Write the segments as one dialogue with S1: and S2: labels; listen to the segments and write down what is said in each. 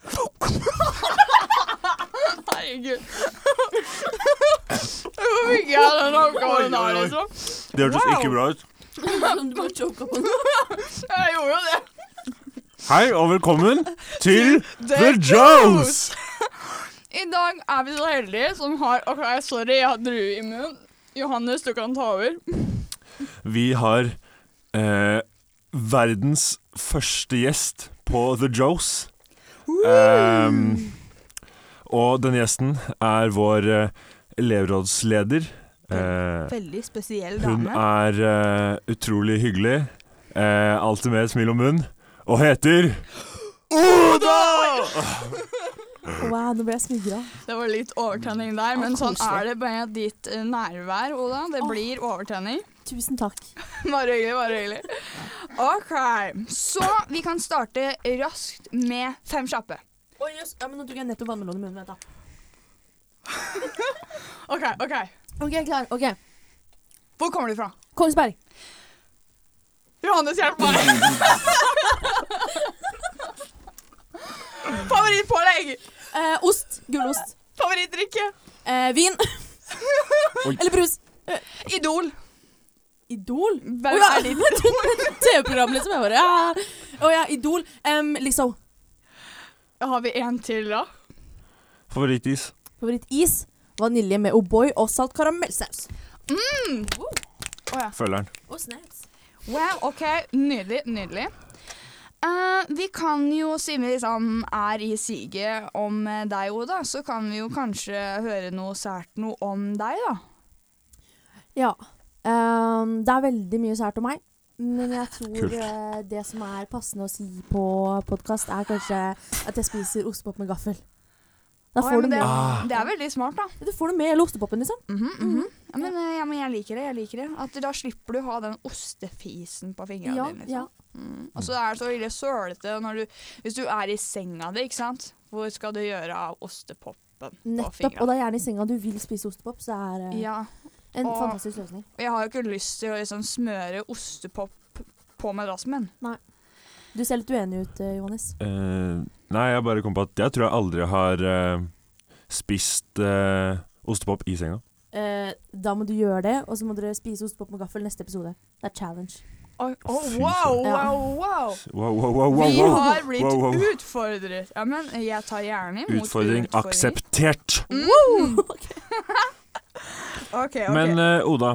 S1: oi,
S2: seminar,
S1: oi.
S2: liksom.
S1: Det hørtes
S2: Wow.
S1: ikke bra ut.
S3: Som du bare choka på noe.
S2: Jeg gjorde jo det.
S1: Hei, og velkommen til The
S2: The
S1: Joes!
S2: I dag er vi så heldige som har OK, sorry, jeg har drue i munnen. Johannes, du kan ta over.
S1: Vi har eh, verdens første gjest på The Joes. Ehm, og den gjesten er vår eh, elevrådsleder. Eh,
S3: Veldig spesiell
S1: hun
S3: dame.
S1: er eh, utrolig hyggelig. Eh, alltid med et smil om munnen. Og heter Oda!
S3: Wow, nå ble jeg smigra.
S2: Det var litt overtenning der, men
S3: Ja,
S2: sånn
S3: koselig.
S2: er det med ditt eh, nærvær, Oda. Det
S3: Åh.
S2: blir overtenning.
S3: Tusen takk.
S2: Bare hyggelig, bare hyggelig. OK. Så vi kan starte raskt med fem kjappe.
S3: Oi, jøss. Ja, men nå tok jeg nettopp vannmelonen i munnen. Vent, da.
S2: OK, OK.
S3: OK, klar. Ok.
S2: Hvor kommer du fra?
S3: Kongsberg.
S2: Johannes, hjelp meg. Favorittpålegg.
S3: Eh, ost. Gulost.
S2: Favorittdrikke.
S3: Eh, vin.
S1: Oi.
S3: Eller brus.
S2: Idol.
S3: Idol?
S2: Hvem
S3: Å, ja.
S2: er ditt
S3: TV-program, liksom. Jeg bare ja. Å ja, Idol. Um, liksom.
S2: Har vi en til, da?
S1: Favorittis.
S3: Favorittis. Vanilje med O'boy og salt karamellsaus.
S1: Følgeren.
S3: Og snacks.
S2: Wow, OK. Nydelig. Nydelig. Eh, vi kan jo, siden vi liksom er i siget om eh, deg, Oda, så kan vi jo kanskje høre noe sært noe om deg, da.
S4: Ja. Ehm, det er veldig mye sært om meg. Men jeg tror
S1: Kult.
S4: eh, det som er passende å si på podkast, er kanskje at jeg spiser ostepop med gaffel. Da
S2: Å,
S4: får
S2: ja,
S4: du
S2: men det,
S4: med
S1: Ah.
S2: det er veldig smart, da.
S4: Du får det med hele ostepopen, liksom.
S2: Mhm, mhm. ja, men, eh, ja, men jeg liker det. jeg liker det At Da slipper du å ha den ostefisen på fingrene
S4: Ja,
S2: dine. Liksom.
S4: ja.
S2: Mm. Og så er det så ille sølete når du, hvis du er i senga di. ikke sant? Hvor skal du gjøre av ostepopen på
S4: Nettopp. Og
S2: fingrene?
S4: da gjerne i senga du vil spise ostepop, så er eh,
S2: Ja,
S4: en
S2: og-
S4: fantastisk løsning.
S2: og Jeg har jo ikke lyst til å liksom smøre ostepop på madrassen min.
S4: Du ser litt uenig ut, eh, Johannes.
S1: Eh, nei, jeg bare kom på at jeg tror jeg aldri har eh, spist eh, ostepop i senga.
S4: Eh, da må du gjøre det, og så må dere spise ostepop med gaffel neste episode. Det er challenge.
S2: Oi, å,
S1: Fy
S2: wow,
S4: søren. Ja.
S2: wow, wow!
S1: Wow, wow, wow, wow,
S2: Vi
S1: wow.
S2: har blitt
S1: Wow, wow.
S2: utfordret. Ja, men jeg tar gjerne imot
S1: Utfordring akseptert.
S2: Mm. OK, OK.
S1: Men eh, Oda,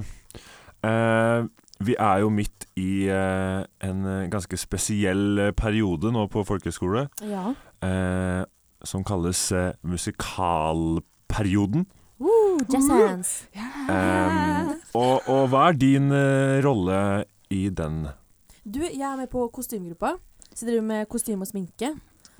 S1: eh, vi er jo midt i eh, en eh, ganske spesiell eh, periode nå på folkehøyskole,
S4: Ja.
S1: eh, som kalles eh, musikalperioden.
S4: Woo, jazz hands.
S2: Ah,
S1: Eh, og, og hva er din eh, rolle i den?
S4: Du, jeg er med på kostymegruppa. Så jeg driver med kostyme og sminke.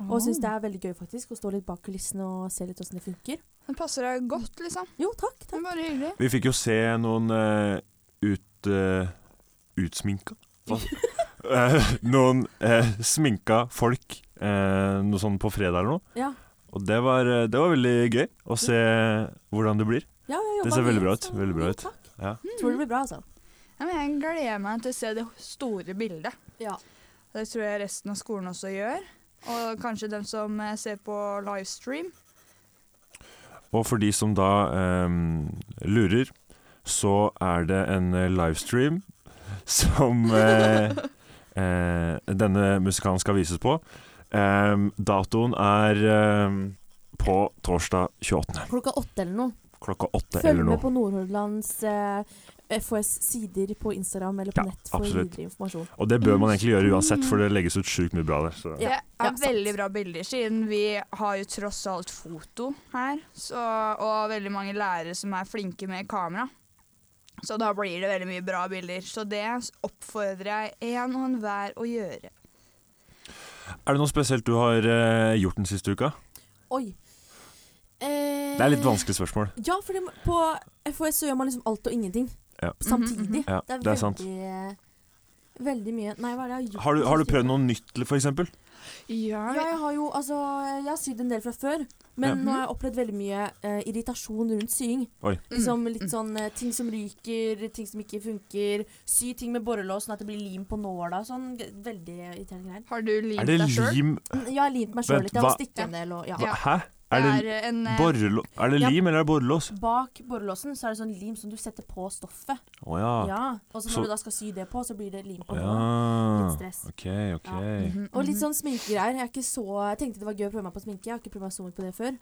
S4: Og syns det er veldig gøy faktisk å stå litt bak kulissene og se litt åssen det funker.
S2: Den passer deg godt, liksom.
S4: Jo, takk.
S2: Det
S4: takk.
S2: er bare hyggelig.
S1: Vi fikk jo se noen eh, ut, eh, utsminka Hva? Eh, Noen eh, sminka folk, eh, noe sånn på fredag eller noe.
S4: Mm. Ja,
S1: Og det var, eh, det var veldig gøy å se hvordan det blir.
S4: ja, jeg
S1: Det
S4: jobba
S1: ser
S4: mye,
S1: veldig bra ut,
S4: så-
S1: veldig bra
S4: ja,
S1: ut.
S4: takk.
S1: Ja.
S4: Tror det blir bra, altså.
S2: Ja, men jeg gleder meg til å se det store bildet.
S4: Ja.
S2: Det tror jeg resten av skolen også gjør. Og kanskje dem som eh, ser på livestream.
S1: Og for de som da eh, lurer, så er det en eh, livestream som eh, eh, denne musikalen skal vises på. Eh, datoen er eh, på torsdag 28.
S4: Klokka åtte eller noe.
S1: klokka åtte
S4: Følg
S1: eller
S4: med
S1: noe.
S4: på Nordhordlands eh, FHS-sider på Instagram eller på
S1: Ja,
S4: nett for
S1: absolutt.
S4: videre informasjon.
S1: Og det bør man egentlig gjøre uansett, for det legges ut sjukt mye bra der. Så.
S2: Det
S4: Ja,
S2: er
S4: ja, sant.
S2: veldig bra bilder, siden vi har jo tross alt foto her. Så, og veldig mange lærere som er flinke med kamera. Så da blir det veldig mye bra bilder. Så det oppfordrer jeg en og enhver å gjøre.
S1: Er det noe spesielt du har eh, gjort den siste uka?
S4: Oi. Eh,
S1: Det er litt vanskelig spørsmål.
S4: Ja, for det, må- på FHS så gjør man liksom alt og ingenting
S1: Ja.
S4: samtidig.
S1: Ja,
S4: det, er
S1: det er sant.
S4: veldig, veldig mye Nei, hva er det jeg
S1: Har
S4: har gjort?
S1: du,
S4: den
S1: har du
S4: siste
S1: prøvd
S4: uka?
S1: noe nytt, for eksempel?
S2: Ja,
S4: Ja, jeg har jo altså Jeg har sydd en del fra før, men
S1: Ja.
S4: nå har jeg opplevd veldig mye eh, irritasjon rundt sying.
S1: Oi. Mm.
S4: Liksom litt sånn eh, ting som ryker, ting som ikke funker. Sy ting med borrelås sånn at det blir lim på nåla og sånn. G- Veldig irriterende greier.
S2: Har du limt
S1: Er det
S2: deg sjøl?
S1: lim
S4: Mm, Jeg har limt meg sjøl
S1: Vent,
S4: litt. Jeg har
S1: hva-
S4: stikket en del og ja.
S1: Hva? Hæ? Er
S2: det
S1: det,
S2: er en eh,
S1: borrelå- er det
S4: ja.
S1: lim, eller er det borrelås?
S4: Bak borrelåsen så er det sånn lim som du setter på stoffet.
S1: Å ja.
S4: Ja. Og så
S1: Ah. Så-
S4: når du da skal sy det på, så blir det lim på.
S1: ja.
S4: hånda. Litt stress.
S1: OK, OK.
S2: mhm,
S4: Og litt
S2: mhm.
S4: sånn sminkegreier. Jeg, er ikke så, jeg tenkte det var gøy å prøve meg på sminke. Jeg har ikke prøvd meg så mye på det før.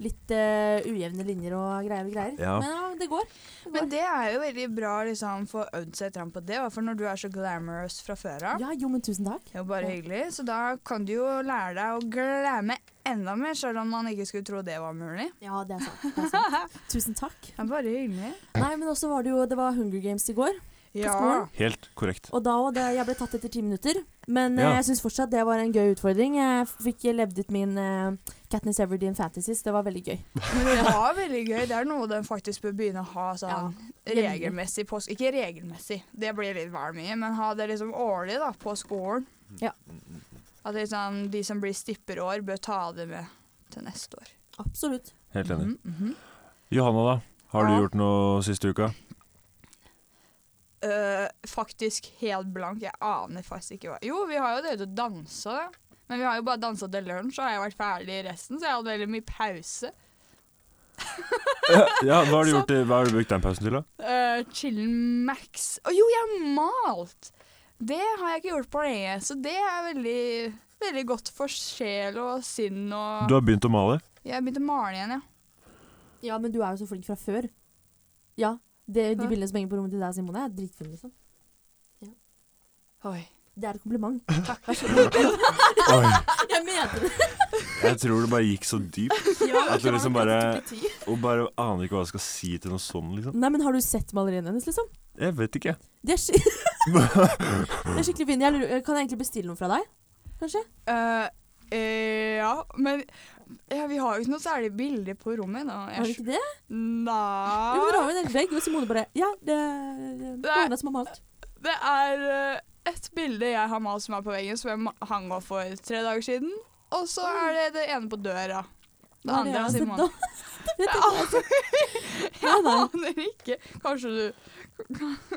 S4: Litt eh, ujevne linjer og greier og greier.
S1: Ja.
S4: Men ja, det går.
S2: Men det er jo veldig bra liksom, få øvd seg fram på det, i hvert fall når du er så glamorous fra før av.
S4: Ja, jo, men tusen takk.
S2: Det er jo bare
S4: Ja.
S2: hyggelig, så da kan du jo lære deg å glamme enda mer, selv om man ikke skulle tro det var mulig.
S4: Ja, det er sant. Det er sant. Tusen takk.
S2: Det er bare hyggelig.
S4: Nei, men også var det jo Det var Hunger Games i går.
S2: Ja.
S4: skolen?
S1: Helt korrekt.
S4: Og da òg. Jeg ble tatt etter ti minutter. Men eh,
S1: Ja.
S4: jeg syns fortsatt det var en gøy utfordring. Jeg fikk levd ut min eh, Katniss Everdeen Fantasies. Det var veldig gøy.
S2: Men det var veldig gøy. Det er noe den faktisk bør begynne å ha sånn
S4: jevnlig.
S2: regelmessig på sk- Ikke regelmessig, det blir litt vel mye, men ha det liksom årlig da, på skolen.
S4: Ja.
S2: At liksom, de som blir stipperår, bør ta det med til neste år.
S4: Absolutt.
S1: Helt enig.
S2: Mhm, mhm.
S1: Johanna, da? Har du
S2: Ja.
S1: gjort noe siste uka?
S2: Øh, faktisk helt blank. Jeg aner faktisk ikke hva Jo, vi har jo drevet og dansa, da. Men vi har jo bare dansa til lunsj, og jeg har vært ferdig i resten, så jeg hadde veldig mye pause.
S1: Ja, hva har du,
S2: Så-
S1: gjort, i- hva har du brukt den pausen til, da?
S2: Uh, Chillen Max Å jo, jeg har malt! Det har jeg ikke gjort på lenge, så det er veldig, veldig godt for sjel og sinn og
S1: Du har begynt å male?
S2: Jeg begynte å male igjen, ja.
S4: Ja, men du er jo så flink fra før. Ja. Det, de
S2: Hæ?
S4: bildene som henger på rommet til deg, Simone, er dritfine, liksom.
S2: Oi.
S4: Det er et kompliment.
S2: Takk.
S1: Oi,
S4: Jeg mente det!
S1: jeg tror det bare gikk så dypt.
S3: Ja,
S1: Jeg tror liksom bare-
S3: det var
S1: Og bare aner ikke hva jeg skal si til noe sånn, liksom.
S4: Nei, men har du sett maleriene hennes, liksom?
S1: Jeg vet ikke.
S4: De er, sk de er skikkelig fine. Jeg lurer, kan jeg egentlig bestille noe fra deg? Kanskje?
S2: Øh, eh, ja, men ja, vi har jo ikke noe særlig bilde på rommet ennå.
S4: Har du
S2: Jeg
S4: ikke det?
S2: skj-
S4: Jo, men dere
S2: Nei
S4: har jo en hel vegg, og Simone bare Ja, det er det er Johanna som har malt.
S2: Det er eh, et bilde jeg har malt som er på veggen, som jeg ma- hang opp for tre dager siden. Og så er det det ene på døra. Det
S4: Hva er
S2: andre er
S4: jeg har
S2: Simon.
S4: sett da? Det tenker jeg altså. Nei,
S2: Jeg
S4: nei.
S2: aner ikke. Kanskje du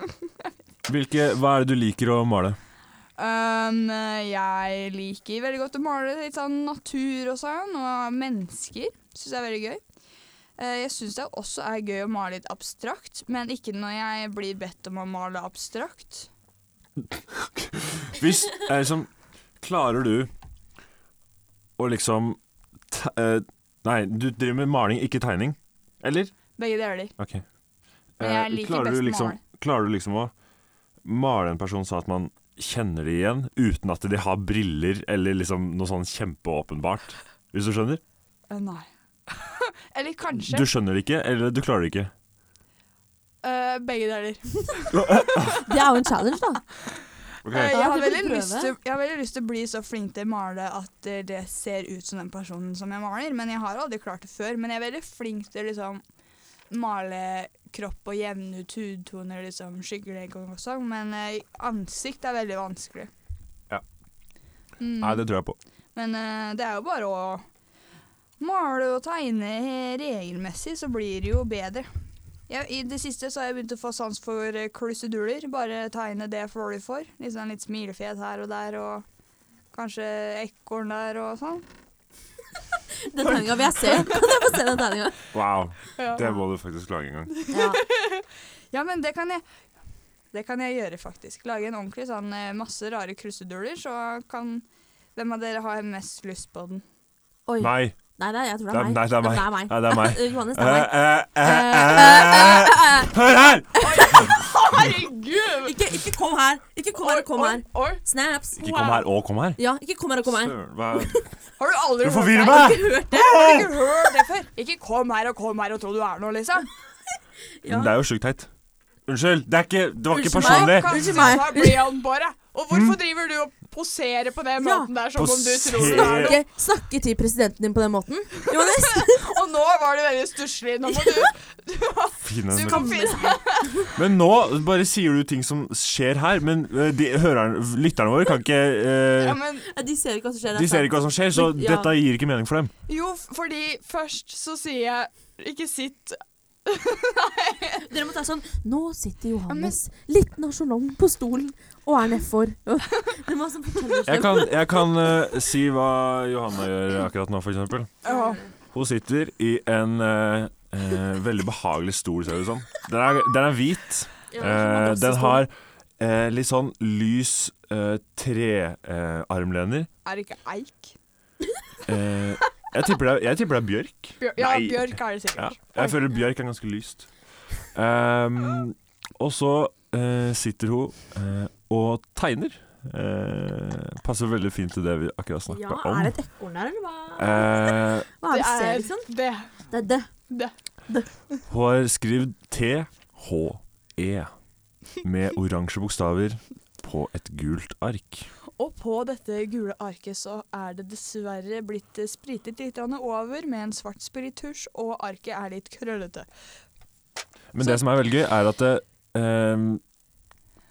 S1: Hvilke, hva er det du liker å male?
S2: Um, jeg liker veldig godt å male litt sånn natur og sånn, og mennesker. Syns jeg er veldig gøy. Eh, jeg syns det også er gøy å male litt abstrakt, men ikke når jeg blir bedt om å male abstrakt.
S1: Hvis eh, liksom, Klarer du å liksom te, eh, Nei, du driver med maling, ikke tegning? Eller?
S2: Begge deler.
S1: OK.
S2: Men
S1: Eh,
S2: jeg liker
S1: klarer,
S2: best
S1: du liksom,
S2: male.
S1: klarer du liksom å male en person sånn at man kjenner det igjen, uten at de har briller eller liksom noe sånn kjempeåpenbart? Hvis du skjønner?
S2: Eh, nei. Eller kanskje.
S1: Du skjønner det ikke, eller du klarer det ikke.
S2: Eh, begge deler.
S4: Det er jo en challenge, da.
S2: Eh,
S4: Ja,
S2: jeg, har
S4: det vil
S2: veldig
S4: prøve.
S2: lyst til, jeg har veldig lyst til å bli så flink til å male at eh, det ser ut som den personen som jeg maler, men jeg har aldri klart det før. Men jeg er veldig flink til å liksom, male kropp og jevne ut hudtoner, liksom, skyggelegg og sånn, men eh, ansikt er veldig vanskelig.
S1: Ja.
S2: Mm.
S1: Nei, det tror jeg på.
S2: Men eh, det er jo bare å male og tegne regelmessig, så blir det jo bedre. Jeg, I det siste så har jeg begynt å få sans for eh, kruseduller. Bare tegne det for hva du får. Liksom litt smilefjes her og der, og kanskje ekorn der og sånn.
S4: Den tegninga vil jeg se. Kan jeg få se den tegninga?
S1: Wow.
S2: Ja.
S1: må du faktisk lage en gang.
S4: Ja.
S2: men det kan jeg Det kan jeg gjøre, faktisk. Lage en ordentlig sånn eh, masse rare kruseduller, så kan Hvem av dere har mest lyst på den?
S4: Oi. Nei.
S1: Nei.
S4: Nei, jeg tror
S1: Det
S4: det
S1: er-
S4: er meg.
S1: nei, det er meg.
S4: Det er
S1: Nei, det er meg. eh,
S4: meg. Eh, Johannes, det er meg. Eh,
S1: Hør her!
S2: Herregud!
S4: Ikke, ikke kom her. Ikke kom her og kom her.
S2: Oi,
S4: Snaps.
S1: Ikke kom her og kom her.
S4: Ja, ikke kom her og kom her.
S1: Søren, hva er-
S2: Har du aldri
S1: Du
S2: hørt
S1: forvirrer
S2: det?
S1: meg!
S2: Har du ikke hørt det før? Ikke kom her og kom her og tro du er noe, liksom.
S4: Ja.
S1: Det er jo sjukt teit. Unnskyld, det, er ikke, det var ikke
S4: Unnskyld
S1: personlig.
S4: meg. Unnskyld meg.
S2: Da blir han bare. Og hvorfor driver du og poserer på den
S4: Ja.
S2: måten der som om du tror
S1: Poser-
S2: det er noe?
S4: Ikke snakke til presidenten din på den måten. Johannes.
S2: Og nå var det veldig stusslig. Nå må du,
S1: Fin
S2: du
S1: en-
S2: kan finne
S1: Men nå bare sier du ting som skjer her, men eh, de, hørerne, lytterne våre kan ikke eh,
S2: ja, men,
S4: Ja, De ser ikke hva som skjer. altså.
S1: De ser ikke hva som skjer, så
S4: Men- ja.
S1: dette gir ikke mening for dem.
S2: Jo, fordi først så sier jeg ikke sitt
S4: Dere må ta sånn Nå sitter Johannes litt nasjonal på stolen og er nedfor. Dere må sånn fortelle oss
S1: Jeg
S4: det.
S1: kan, jeg kan eh, si hva Johanna gjør akkurat nå, for eksempel.
S2: Åh,
S1: Hun sitter i en eh, eh, veldig behagelig stol, ser det ut som. Den er, den er hvit.
S4: sånn
S1: Eh, den har eh, litt sånn lys eh, trearmlener.
S2: Er det ikke eik?
S1: Eh, jeg, tipper det er- jeg tipper det er bjørk.
S2: Bjør ja,
S1: Nei.
S2: bjørk er det
S1: Ja.
S2: sikkert.
S1: Jeg føler bjørk er ganske lyst. Ehm, og så eh, sitter hun eh, og tegner. Eh, passer veldig fint til det vi akkurat snakka
S4: Ja,
S1: om.
S4: er det et ekorn her, eller hva?
S1: Eh,
S4: Hva er det du ser, liksom?
S2: det.
S4: Det er det.
S2: det.
S1: hun har skrevet T-H-E med oransje bokstaver på et gult ark.
S2: Og på dette gule arket så er det dessverre blitt eh, spritet litt grann over med en svart spiritusj, og arket er litt krøllete.
S1: Men det som er veldig gøy, er at det, ehm,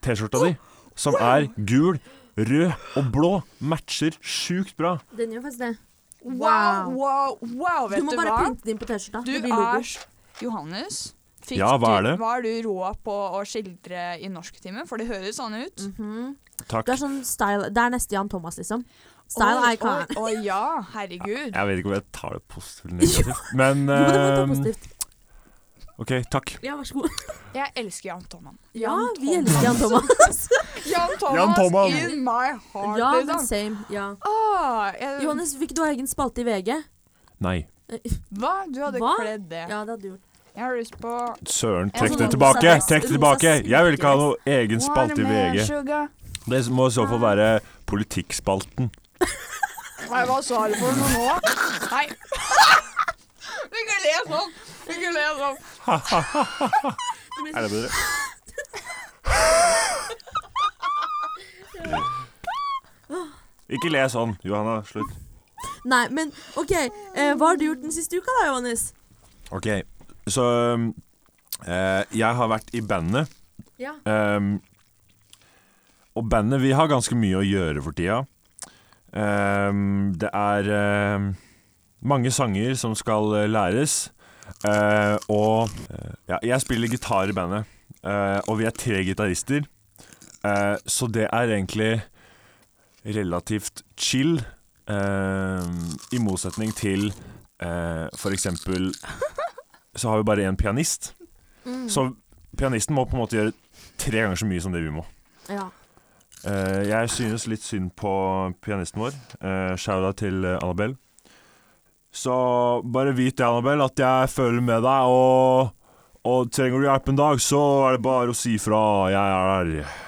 S1: T-skjorta di, som er gul, rød og blå, matcher sjukt bra.
S4: Den gjør faktisk det.
S2: Wow, wow, wow,
S4: Du
S2: vet
S4: må
S2: du
S4: bare
S2: hva?
S4: printe det inn på T-skjorta.
S2: Du
S4: Det blir logo.
S2: er s- Johannes. Fikk
S1: Ja, hva er
S2: du-
S1: det?
S2: Var du rå på å skildre i norsktimen? For det høres sånn ut.
S4: Mhm.
S1: Takk.
S4: Du er sånn style Det er neste Jan Thomas, liksom. Style
S2: Oi,
S4: icon.
S2: oi, oi, ja, herregud.
S1: Jeg vet ikke om jeg tar det positivt eller negativt, men
S4: Jo, det må du ta
S1: ehm,
S4: positivt.
S1: OK, takk.
S4: Ja, vær så god.
S2: Jeg elsker Jan Thoman.
S4: Ja, vi elsker Jan Thomas.
S2: Jan Thomas,
S1: Jan Thoman.
S2: in my heart,
S4: Ja, men
S2: liksom.
S4: same. Ja.
S2: Ah, jeg,
S4: Johannes, fikk du ha egen spalte i VG?
S1: Nei.
S2: hva? Du hadde
S4: Hva?
S2: kledd det.
S4: Ja, det hadde du gjort.
S2: Jeg har lyst på
S1: Søren,
S2: Ja,
S1: trekk
S2: sånn
S1: det
S2: rosa
S1: tilbake!
S4: dress.
S1: Trekk det
S4: Rosa
S1: tilbake! Jeg vil ikke ha
S4: silkedress.
S1: noe egen spalte i
S2: Watermelon
S1: VG.
S2: Sugar.
S1: Det må i så fall være Politikkspalten.
S2: Nei, hva sa du for noe nå? Nei. Du kan le sånn. Du kan le sånn.
S1: Er det bedre? Ikke le sånn, Johanna. Slutt.
S4: Nei, men OK. Eh, hva har du gjort den siste uka, da, Johannes?
S1: OK, så um, eh, Jeg har vært i bandet.
S4: Ja.
S1: Um, og bandet, vi har ganske mye å gjøre for tida. Um, det er um, mange sanger som skal eh, læres. Eh, og eh, ja, jeg spiller gitar i bandet, eh, og vi er tre gitarister. Eh, så det er egentlig relativt chill, eh, i motsetning til eh, for eksempel Så har vi bare én pianist. Så pianisten må på en måte gjøre tre ganger så mye som det vi må.
S4: Ja.
S1: Eh, jeg synes litt synd på pianisten vår. Uh, Shout-out til eh, Annabelle. Så bare vit det, Annabelle, at jeg føler med deg, og, og trenger du hjelp en dag, så er det bare å si fra. Jeg er der.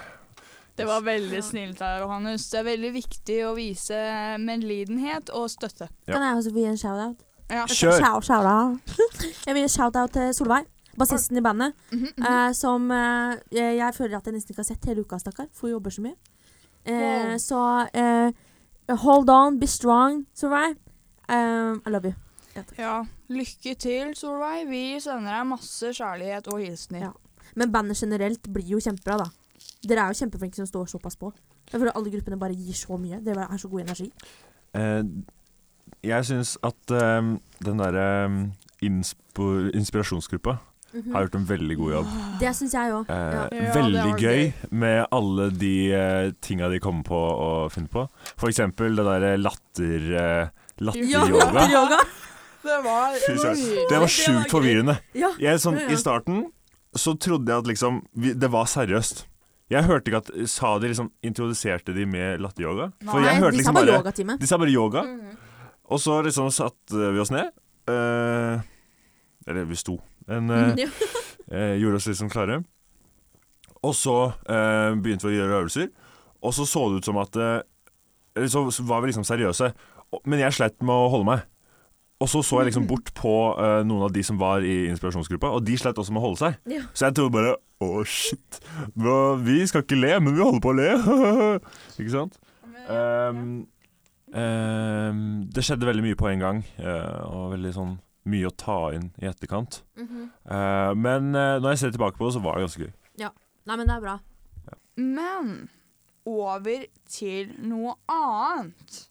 S2: Det var veldig snilt av Johannes. Det er veldig viktig å vise medlidenhet og støtte.
S1: Ja.
S4: Kan jeg også få gi en shout-out?
S2: Ja.
S1: Kjør!
S4: Shout, shout jeg vil gi en shout-out til Solveig, bassisten i bandet, eh, som eh, jeg jeg føler at jeg nesten ikke har sett hele uka, stakkar, for hun jobber så mye. Eh,
S2: Wow.
S4: Så eh, hold on, be strong, Solveig. Um, I love you.
S2: ja. Lykke til, Solveig. Vi sender deg masse kjærlighet og hilsener.
S4: Ja. Men bandet generelt blir jo kjempebra, da. Dere er jo kjempeflinke som står såpass på. Jeg føler alle gruppene bare gir så mye. Dere har så god energi.
S1: Eh, jeg synes at eh, den derre insp- inspirasjonsgruppa har gjort en veldig god jobb.
S4: Mhm. Det syns jeg òg.
S1: Eh,
S4: Ja.
S2: Ja, det
S1: veldig
S2: var
S1: gøy med alle de eh, tinga de kommer på å finne på. For eksempel det derre latter... Eh, Latteryoga.
S4: yoga.
S2: Det var
S1: Fy søren. Det
S4: det var
S1: var sjukt
S4: gøy.
S1: forvirrende.
S4: Ja.
S1: Jeg, sånn,
S4: Ja, ja.
S1: I starten så trodde jeg at liksom vi, Det var seriøst. Jeg hørte ikke at Sa de liksom Introduserte de med latteryoga? For
S2: Nei,
S1: jeg hørte
S4: de sa
S1: liksom
S4: bare
S1: bare
S4: yogatime.
S1: De sa bare yoga.
S4: Mm.
S1: Og så liksom satte vi oss ned. eh, eller vi sto. En, eh,
S4: Mm, Ja.
S1: eh, gjorde oss liksom klare. Og så eh, begynte vi å gjøre øvelser, og så så det ut som at eh, Eller så så var vi liksom seriøse, og- men jeg slet med å holde meg. Og så så jeg
S4: Mm.
S1: liksom bort på eh, noen av de som var i inspirasjonsgruppa, og de slet også med å holde seg.
S4: Ja.
S1: Så jeg trodde bare Å, shit. Hva- Vi skal ikke le, men vi holder på å le. ikke sant? Ehm, ehm, det skjedde veldig mye på en gang, eh, og veldig sånn mye å ta inn i etterkant.
S2: Mhm.
S1: Eh, men eh, når jeg ser tilbake på det, så var det ganske gøy.
S4: Mm, Nei, men det er bra.
S2: Men over til noe annet.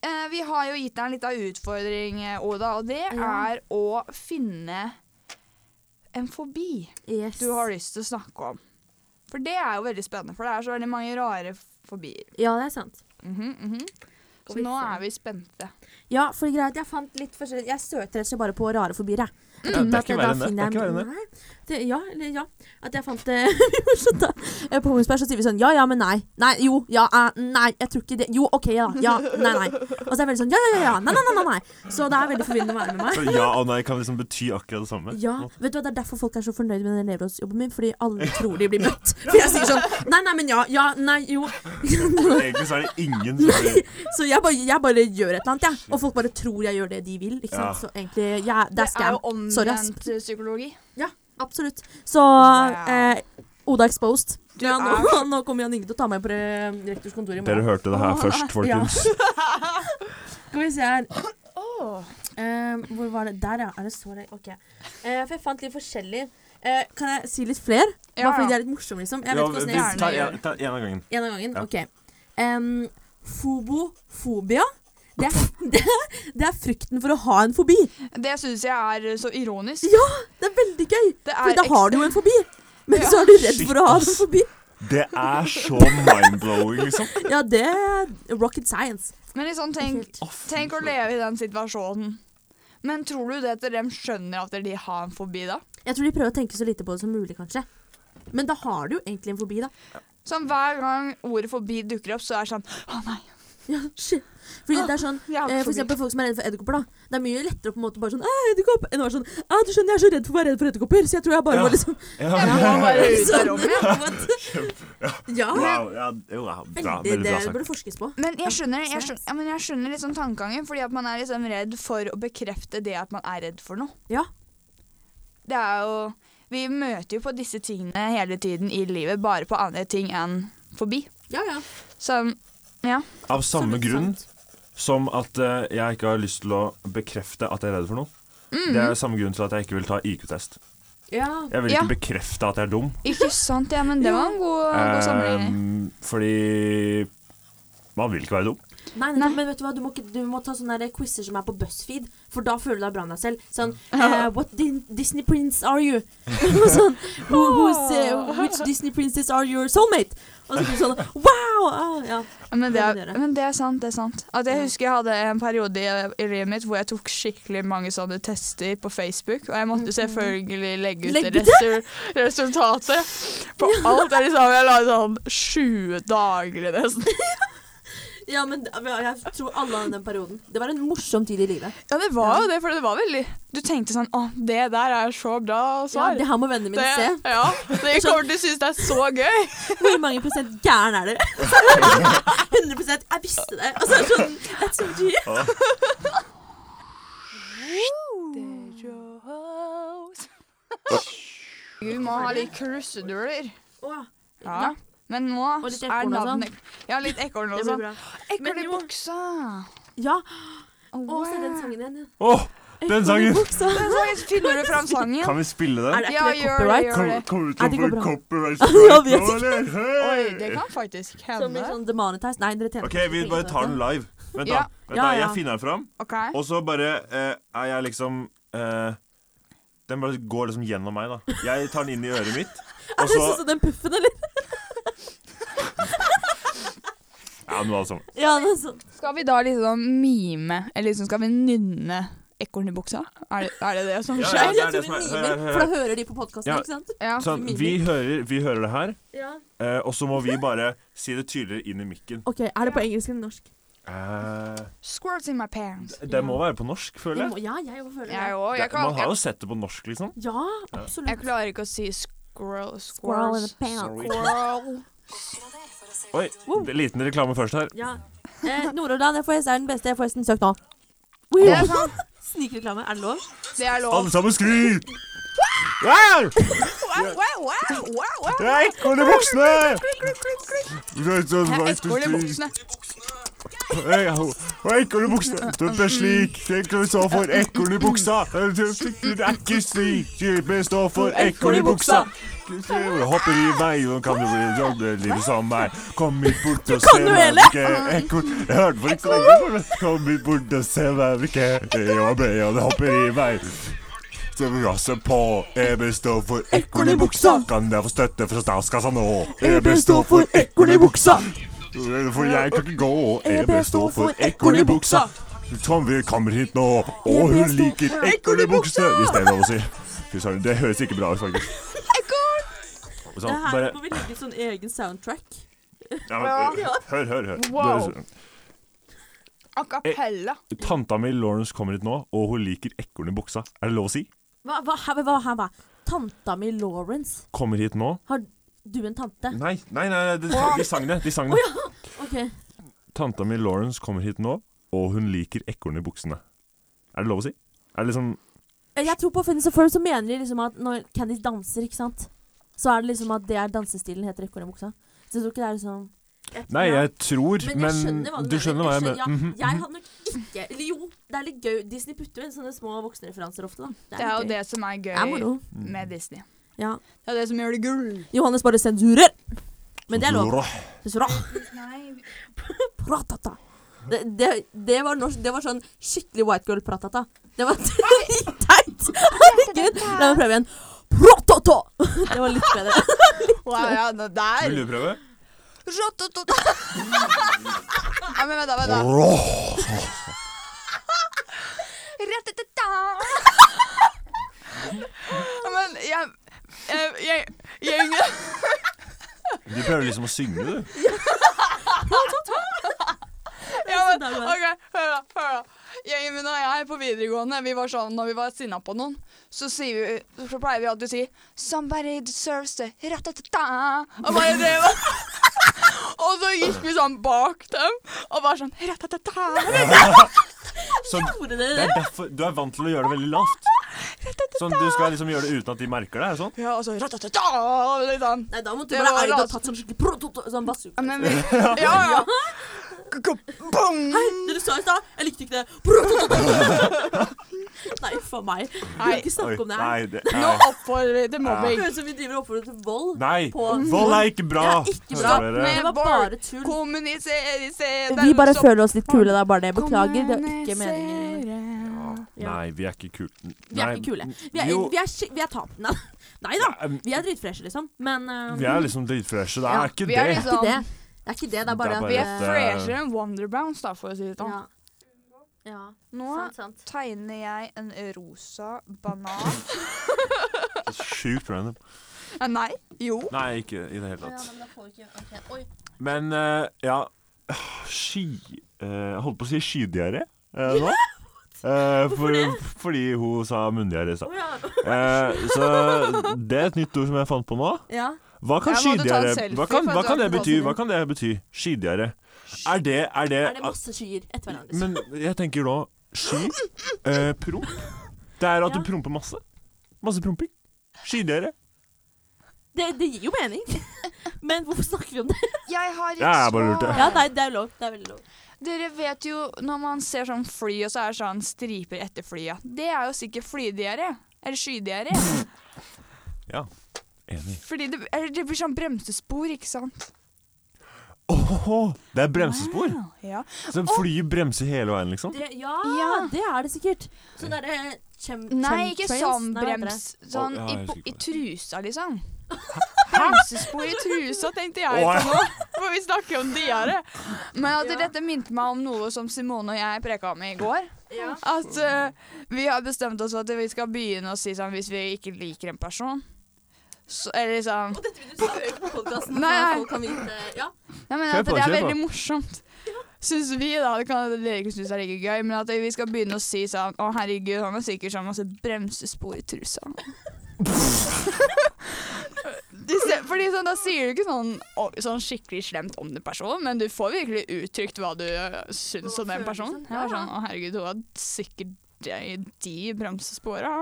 S2: Eh, vi har jo gitt deg en liten utfordring, eh, Oda, og det
S4: Ja.
S2: er å finne en fobi
S4: Yes.
S2: du har lyst til å snakke om. For det er jo veldig spennende, for det er så veldig mange rare fobier.
S4: Ja, det er sant.
S2: Mhm, mhm. Så nå er vi spente.
S4: Ja, for det er greit, jeg fant litt forskjellig Jeg søkte rett og slett bare på rare forbier, jeg.
S1: Ja, det er ikke verre enn det. Det er ikke verre enn det.
S4: Nei. Det, ja, eller ja. At jeg fant det Vi var så da- eh, På Kongsberg så sier vi sånn Ja, ja, men nei. Nei, jo, ja, eh, nei, jeg tror ikke det. Jo, OK, ja, ja, nei, nei. Og så er jeg veldig sånn Ja, ja, ja, ja, nei, nei, nei, nei. nei. Så det er veldig forvirrende å være med meg.
S1: Så ja og nei kan liksom bety akkurat det samme.
S4: Ja, vet du hva, Det er derfor folk er så fornøyd med den elevrådsjobben min. Fordi alle tror de blir møtt. For jeg sier sånn Nei, nei, men ja. Ja, nei, jo.
S1: Egentlig så er det ingen som
S4: Så jeg bare, jeg bare gjør et eller annet, jeg. Og folk bare tror jeg gjør det de vil. Ikke
S1: Ja.
S4: sant? Så egentlig ja, Det er
S2: jo
S4: scam. Sorry, ass.
S2: omvendt psykologi.
S4: Absolutt. Så
S2: Wow.
S4: eh, Oda exposed.
S2: Du
S4: Ja, nå,
S2: er-
S4: nå kommer Jan Inge til å ta meg på eh, rektors kontor i
S1: Dere
S4: morgen.
S1: hørte det her først, folkens.
S4: Skal vi se her
S2: Åh.
S4: Eh, Hvor var det? Der, ja. Er det så det? OK. Eh, for jeg fant litt forskjellig. Eh, kan jeg si litt flere? Bare fordi de er litt morsomme, liksom? Jeg vet
S1: Ja,
S4: ikke hvordan
S1: vi
S4: jeg
S2: gjerne
S1: tar
S2: gjør.
S1: en, tar en av gangen.
S4: En av gangen?
S1: Ja.
S4: Ok. Em, fobofobia. Det er, det, er- det er frykten for å ha en fobi.
S2: Det syns jeg er eh, så ironisk.
S4: Ja, Det er veldig gøy,
S2: det
S4: for da har du jo en fobi. Men
S2: Ja.
S4: så er du redd
S1: Shit,
S4: for å ha en
S1: ass.
S4: fobi.
S1: Det er så mind-blowing, liksom.
S4: Ja, det er rocket science.
S2: Men liksom, tenk, tenk å leve i den situasjonen. Men tror du det at de skjønner at de har en fobi, da?
S4: Jeg tror de prøver å tenke så lite på det som mulig, kanskje. Men da har du jo egentlig en fobi, da.
S2: Som Sånn, hver gang ordet fobi dukker opp, så er det sånn Å nei,
S4: Ja, shit. Fordi det er sånn,
S2: jeg har
S4: eh,
S2: en
S4: for
S2: fobi.
S4: eksempel folk som er redde for edderkopper, da. Det er mye lettere å på en måte bare sånn «Æ, edderkopp!» enn å være sånn «Æ, du skjønner, jeg er så redd for å være redd for edderkopper, så jeg tror jeg bare
S1: Ja.
S4: var liksom
S2: Jeg må bare ut av rommet.
S4: Ja,
S1: Wow, ja, jo, ja, bra,
S4: veldig,
S1: veldig
S4: det
S1: bra sagt.
S4: burde forskes på.
S2: Men jeg skjønner, jeg skjønner, ja, men jeg skjønner liksom tankegangen, fordi at man er liksom redd for å bekrefte det at man er redd for noe.
S4: Ja.
S2: Det er jo Vi møter jo på disse tingene hele tiden i livet, bare på andre ting enn fobi.
S4: Ja, ja.
S2: Så
S1: Av samme
S4: Absolutt
S1: grunn
S4: sant.
S1: som at eh, jeg ikke har lyst til å bekrefte at jeg er redd for noe.
S4: Mm.
S1: Det er samme grunn til at jeg ikke vil ta IQ-test.
S4: Ja.
S1: Jeg vil
S2: Ja.
S1: ikke bekrefte at jeg er dum.
S2: ikke sant, ja, men det var en god, god sammenligning.
S1: Ehm, fordi man vil ikke være dum.
S4: Nei, nei, men vet du hva, du må, ikke, du må ta sånne der quizer som er på BuzzFeed, for da føler du deg bra med deg selv. Sånn eh, What Din Disney prince are you? Og sånn who, who's, eh, Which Disney princess are your soulmate? Og så blir du sånn Wow! Ah, ja.
S2: Men det,
S4: det må du
S2: er,
S4: gjøre.
S2: men det er sant, det er sant. At jeg
S4: Ja.
S2: husker jeg hadde en periode i, i livet mitt hvor jeg tok skikkelig mange sånne tester på Facebook, og jeg måtte selvfølgelig legge ut
S4: Mm. Legge det?
S2: resu resultatet. På alt er liksom Jeg la ut sånn 20 dager nesten.
S4: ja, men da- jeg tror alle har den perioden. Det var en morsom tid i livet.
S2: Ja, det var jo det, for det var veldig Du tenkte sånn Å, det der er så bra
S4: Ja,
S2: svar.
S4: det her må vennene mine
S2: det,
S4: se.
S2: ja, de kommer til å synes det er så gøy.
S4: Hvor mange prosent gæren er dere? 100 Jeg visste det. Og så er det sånn That's so deep.
S2: Vi må ha litt kruseduller.
S4: Åh,
S2: Ja. Men nå
S4: Og litt
S2: er
S4: ekorn og
S2: navnet Ja, litt ekorn og
S4: det blir
S2: sånn.
S4: bra. Men
S2: Ekorn i
S4: jo.
S2: buksa.
S4: Ja.
S2: Oh,
S4: Å, se den sangen igjen. ja.
S1: Åh, den sangen!
S4: Buksa.
S2: Den sangen finner du fram sangen.
S1: Kan vi spille den?
S4: Er det
S2: Ja,
S4: ikke det
S2: gjør det,
S4: copyright?
S2: gjør det.
S1: Kom- Kommer du
S4: Nei,
S1: til
S4: det
S1: å få
S4: går bra.
S1: copyright
S4: Ja,
S1: strike
S4: vet
S1: nå, eller?
S2: Oi, det
S1: Hei!
S2: kan faktisk
S4: Som blir
S2: hende.
S4: sånn demonetized. Nei, dere tjener
S1: OK,
S4: ikke
S1: vi
S4: penger
S1: bare
S4: på
S1: tar
S4: dette.
S1: den live. Vent,
S2: Ja.
S1: da. Vent da,
S4: Ja, ja.
S1: Jeg finner den fram,
S2: OK.
S1: og så bare eh, er jeg liksom eh, Den bare går liksom gjennom meg, da. Jeg tar den inn i øret mitt,
S4: Er
S1: og
S4: det
S1: så
S4: sånn som den puffen, eller?
S1: Ja, nå altså.
S4: Ja, det er sånn.
S2: Skal vi da liksom mime, eller liksom skal vi nynne ekorn i buksa? Er det er det, det som
S1: Ja,
S2: skjer?
S1: ja, det er
S4: Jeg tror
S1: det som er- hør,
S4: de
S1: hør,
S4: mimer,
S1: hør.
S4: for da hører de på podkasten,
S1: Ja.
S4: ikke sant?
S2: Ja.
S1: Sånn, vi hører, vi hører det her,
S4: Ja.
S1: eh, og så må vi bare si det tydeligere inn i mikken.
S4: OK, er det på engelsk eller norsk?
S1: Eh,
S2: Squirts in my pants.
S1: det- det må være på norsk, føler jeg.
S4: Jeg må, ja, jeg òg føler
S2: Jeg
S4: det.
S2: òg. Jeg,
S1: Det- Man
S2: kan-
S1: har jo
S2: jeg,
S1: sett det på norsk, liksom.
S4: Ja,
S2: jeg
S4: absolutt.
S2: klarer ikke å si squirrel
S4: Squirrel in a
S2: Squirrels.
S4: pants.
S2: Squirrel.
S1: Oi,
S4: Wow.
S1: det- liten reklame først her.
S4: Ja. Eh, Nord-Odland FHS er den beste FHS-en søkt nå.
S2: Det er sant.
S4: Snikreklame, er det lov?
S2: Det er lov.
S1: Alle sammen skryt!
S2: Wow,
S1: Wow!
S2: wow, wow, wow, wow.
S1: Det er ekorn i buksene!
S2: Det er ekorn i buksene.
S1: Og ekorn i buksene. Det ble slik. Tenk om vi står for ekorn i buksa. Det er ikke slik. Vi står for ekorn i buksa. Hopper i veien, kan du bli jobbe livet som meg. Kom hit bort og se
S4: kan jo
S1: meg,
S4: hele.
S1: hvilke ekorn Jeg hørte for ikke så lenge siden. Kom hit bort og se meg, hvilke jobber jeg hopper i veien. Så vi raser på. EB står for ekorn i buksa. Kan jeg få støtte fra statskassa nå? EB står for ekorn i buksa. For jeg kan ikke gå, og EB står for ekorn i buksa. Tommy kommer hit nå, og hun liker ekorn i buksa, hvis det er lov å si. Fy søren, det høres ikke bra ut, faktisk. Ekorn!
S4: Det
S1: Sånn,
S4: her
S1: bare
S4: får vi legge sånn egen soundtrack.
S1: ja, men, eh, Hør, hør, hør.
S2: Wow.
S1: Det-
S2: A cappella.
S1: Tanta mi Lawrence kommer hit nå, og hun liker ekorn i buksa. Er det lov å si?
S4: Hva, hva, hva, hva, hva, hva? Tanta mi Lawrence.
S1: Kommer hit nå?
S4: Har du en tante?
S1: Nei, nei, nei, de, de sang det. De sang det.
S4: OK.
S1: Tanta mi Lawrence kommer hit nå, og hun liker ekorn i buksene. Er det lov å si? Er det liksom
S4: Eh, Jeg tror på Funny Sofer så mener de liksom at når Candice danser, ikke sant, så er det liksom at det er dansestilen heter ekorn i buksa. Så jeg tror ikke det er liksom
S1: Nei, jeg tror, men,
S4: jeg skjønner hva
S1: du skjønner hva jeg mener.
S4: Ja,
S1: Mhm,
S4: jeg
S1: mhm.
S4: hadde nok ikke Eller jo, det er litt gøy. Disney putter jo inn sånne små voksenreferanser ofte, da.
S2: Det er jo det som er
S4: Det er
S2: gøy
S4: moro.
S2: med Disney.
S4: Ja.
S2: Det er det som gjør det gull.
S4: Johannes bare sensurer. Men det er lov.
S1: Bra.
S4: Sensurer.
S2: Nei,
S4: Pratata. Det, det, det, var norsk, det var sånn skikkelig white girl pratata. Det var teit! Herregud. La meg prøve igjen. Pratata! Det var litt bedre.
S2: wow, ja, det der.
S1: Vil du prøve?
S2: Rotototo. Ja, men vent da, vent da. Ratatata. Ja, Men jeg jeg, jeg, jeg,
S1: Du prøver liksom å synge, du.
S2: ja, men, ok, hør da, hør da. Gjengen min og jeg på videregående, vi var sånn, når vi var sinna på noen, så, sier vi, så pleier vi alltid å si 'Somebody deserves the ratatata'. Og bare det var Og så gikk vi sånn bak dem og var sånn ratatata.
S1: Så
S4: Gjorde dere
S1: det
S4: det?
S1: er derfor, du er vant til å gjøre det veldig lavt. Sånn, Du skal liksom gjøre det uten at de merker det? er det sånn?
S2: Ja, og så ratatata. og litt sånn.
S4: Nei, da måtte
S2: Det
S4: du bare
S2: var
S4: eid og
S2: lat.
S4: tatt sånn skikkelig pratata, sånn bazooka.
S2: Ja, men vi, ja, ja. Bong!
S4: Dere sa i stad Jeg likte ikke det. Pratata. Nei, for meg. Vi kan
S2: Nei.
S4: ikke snakke om det her.
S1: Nei, det
S2: Nå
S1: nei.
S2: oppfordrer vi til
S4: Det
S2: mobbing.
S4: høres ut som vi driver og oppfordrer til vold.
S1: nei.
S4: På-
S1: Vold er ikke bra.
S4: Det er ikke
S1: Hører
S4: bra.
S1: dere?
S4: Det var bare tull.
S2: Kommunisere se-
S4: Vi bare
S2: stopp.
S4: føler oss litt kule, det er bare det. Beklager, det er ikke meningen.
S2: Kommunisere.
S4: Ja.
S1: Nei, vi er ikke kule.
S4: Vi er ikke kule. Vi er,
S1: Jo.
S4: vi er, sk- vi er tapende. Nei da. Vi er dritfreshe, liksom. Men eh,
S1: Vi er liksom dritfreshe. Det
S4: Ja,
S1: er ikke
S2: Vi er
S1: det.
S4: det er ikke
S2: liksom
S4: det. Det er ikke det, det er bare at
S2: Vi er
S1: at, eh,
S2: freshere enn Wonderbounce, da, for å si det sånn.
S4: Ja. ja.
S2: Nå
S4: Sant, sant.
S2: tegner jeg en rosa banan.
S1: Sjukt random.
S2: Eh, Nei. Jo.
S1: Nei, ikke i det hele tatt.
S4: men da får vi ikke Oi.
S1: Men eh, ja Ski eh, Jeg holdt på å si skydiaré eh, nå. Eh, for, fordi hun sa munndiaré, sa
S4: ja.
S1: Eh, Så det er et nytt ord som jeg fant på nå.
S4: ja.
S1: Hva kan
S2: Jeg måtte ta en
S1: skydiaré
S2: selfie,
S1: hva, kan-
S2: for
S1: hva
S2: at
S1: kan
S2: du
S1: det
S2: har ikke
S1: bety?
S2: tatt den.
S1: Hva kan det bety? Skydiaré. Er det Er det,
S4: Er det masse skyer etter hverandre?
S1: ah.
S4: liksom.
S1: Men jeg tenker nå sky, eh, promp. Det er at du
S4: Ja.
S1: promper masse. Masse promping. Skydiaré.
S4: Det, det gir jo mening. Men hvorfor snakker vi om det?
S2: Jeg har et
S1: Ja, jeg bare lurte.
S4: Ja,
S2: svar.
S4: nei, det er lov. Det er veldig lov.
S2: Dere vet jo når man ser sånn fly, og så er det sånn striper etter flyet. Det er jo sikkert flydiaré. Eller skydiaré.
S1: Enig.
S2: Fordi det, eller det blir sånn bremsespor, ikke sant?
S1: Åhå, det er bremsespor.
S2: Wow, Ja.
S1: Så flyet bremser hele veien, liksom.
S4: Det, ja,
S2: Ja.
S4: det er det sikkert. Sånn derre chem...
S2: Nei, ikke
S4: chemtrails.
S2: sånn
S4: Nei, hva heter
S2: brems. Sånn
S1: Å, ja,
S2: i,
S1: jeg
S2: bo-
S1: husker
S2: i
S1: ikke
S2: trusa, liksom. Bremsespor i trusa, tenkte jeg
S1: Å,
S2: på nå. For vi snakker om diare. Men at dette minte meg om noe som Simone og jeg preka om i går.
S4: det? Ja.
S2: At eh, vi har bestemt oss for at vi skal begynne å si sånn hvis vi ikke liker en person. Så, eller sånn
S4: Og dette vil du spørre på podkasten, så
S2: Nei.
S4: folk kan vite Ja.
S2: Nei, men
S1: Kjør
S2: at
S1: på,
S2: det er
S1: kjør på.
S2: veldig morsomt. Syns vi, da. Det kan at dere ikke synes det er like gøy, men at vi skal begynne å si sånn Å, herregud, han har sikkert sånn masse bremsespor i trusa. Du ser- Fordi sånn, Da sier du ikke sånn, å- sånn skikkelig slemt om den personen, men du får virkelig uttrykt hva du ø, syns om den personen. Jeg var sånn, Å, herregud, hun har sikkert de, de bremsespora.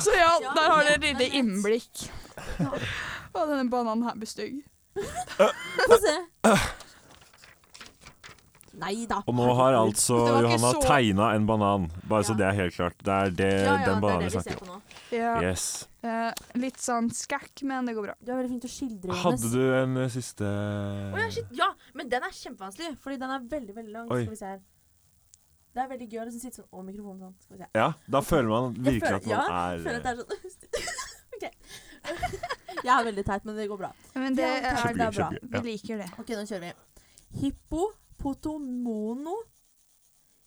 S2: Så ja, der har dere et lite innblikk. Å, denne bananen her blir stygg.
S4: Få se. Nei da.
S1: Og nå har altså
S2: Det var ikke
S1: Johanna
S2: så-
S1: tegnet tegna en banan, bare så
S4: Ja.
S1: det er helt klart. Det er det,
S4: Ja, ja,
S1: den
S4: det er
S1: bananen
S4: det
S1: vi
S4: vi
S1: snakker om.
S4: ser på nå.
S1: Yes.
S2: Eh, litt sånn skakk, men det går bra.
S4: Du er veldig flink til å skildre, Johannes.
S1: Hadde du en eh, siste
S4: Å ja, shit, ja, men den er kjempevanskelig, fordi den er veldig veldig lang.
S1: Oi.
S4: Skal vi se her. Det er veldig gøy å liksom sitte sånn over mikrofonen sånn. Skal vi se.
S1: Ja, da føler man eh,
S4: Jeg
S1: virkelig
S4: føler-
S1: at man
S4: ja, Jeg føler at
S1: er
S4: det er sånn OK. Jeg er veldig teit, men det går bra.
S2: Men det
S4: Ja,
S2: er,
S1: Kjempegøy,
S2: det er bra.
S1: kjempegøy, ja.
S2: Vi liker det.
S4: Ok, nå kjører vi. Hippopotomono.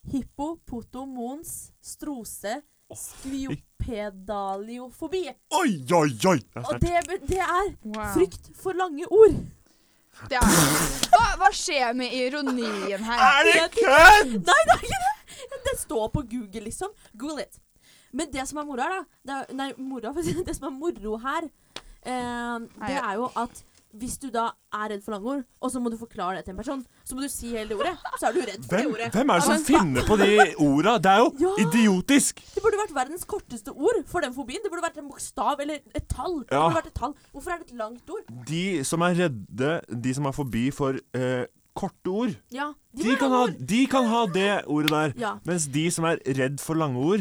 S4: Hippopotomons strose skviopedaliofobi.
S1: Oi, oi, oi!
S4: Og det, be- det er
S2: Wow.
S4: frykt for lange ord.
S2: Det er. Hva, hva skjer med ironien her?
S1: Er det kødd?!
S4: Nei, det er ikke det! Det står på Google, liksom. Google it. Men det som er moro her, da det er, Nei, moro, det som er moro her, eh, det er jo at hvis du da er redd for lange ord, og så må du forklare det til en person, så må du si hele det ordet, så er du redd for det
S1: Hvem,
S4: ordet.
S1: hvem er det som
S4: Ja, men-
S1: finner på de orda? Det er jo
S4: Ja.
S1: idiotisk!
S4: Det burde vært verdens korteste ord for den fobien. Det burde vært en bokstav eller et tall. Det
S1: Ja.
S4: burde vært et tall. Hvorfor er det et langt ord?
S1: De som er redde, de som har forbi for eh, korte ord,
S4: Ja,
S1: de
S4: må
S1: kan, ha, de kan ha det ordet der.
S4: Ja.
S1: Mens de som er redd for lange ord,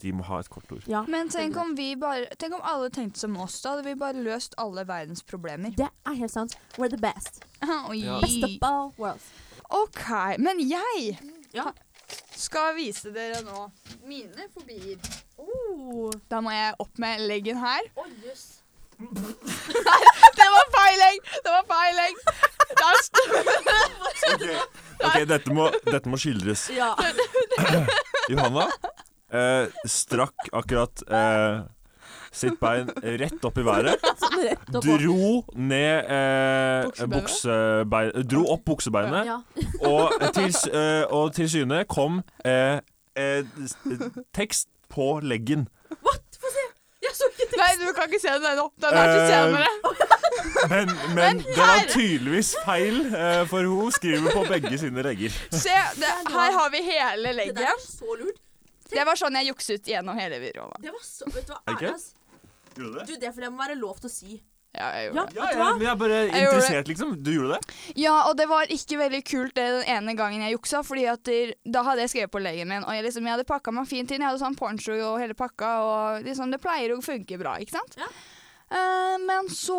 S1: de må ha et kort ord.
S4: ja.
S2: Men tenk om, vi bare, tenk om alle tenkte som oss. Da hadde vi bare løst alle verdens problemer.
S4: Det er helt sant. We're the best.
S2: Oi.
S1: Ja.
S4: Best of all worlds.
S2: OK, men jeg
S4: Ja.
S2: skal vise dere nå mine fobier.
S4: Oh.
S2: Da må jeg opp med leggen her. Det var feil legg! Det var feil legg! Der sto-
S1: Ok, ok, dette, må, dette må skildres.
S4: Ja.
S1: Johanna eh, strakk akkurat eh, sitt bein rett opp i været.
S4: Sånn rett opp og-
S1: Dro ned eh,
S2: Buksebeinet?
S1: buksebeinet Dro opp buksebeinet,
S4: Ja.
S1: og til, s- eh, og til syne kom eh, eh, s- tekst på leggen.
S4: Jeg så ikke
S2: Nei, du kan ikke se den ennå. Den er til senere.
S1: Men, men det var tydeligvis feil, eh, for hun skriver på begge sine legger.
S2: Se, det, her har vi hele
S4: Det der er
S2: leggen.
S4: så lurt.
S2: Det var sånn jeg jukset gjennom hele videoen.
S4: Det var så Vet du hva,
S1: Er det ikke?
S4: Ernas? Du, det for det må være lov til å si.
S2: Ja, jeg gjorde
S4: Ja,
S2: det.
S1: Ja,
S4: vet
S1: ja,
S4: du hva?
S1: men jeg er bare
S2: gjorde
S1: interessert, liksom. Du gjorde det?
S2: Ja, og det var ikke veldig kult det den ene gangen jeg juksa, fordi at der, da hadde jeg skrevet på legen min, og jeg, liksom, jeg hadde pakka meg fint inn, jeg hadde sånn poncho og hele pakka, og liksom, det pleier å funke bra, ikke sant?
S4: Ja.
S2: Eh, men så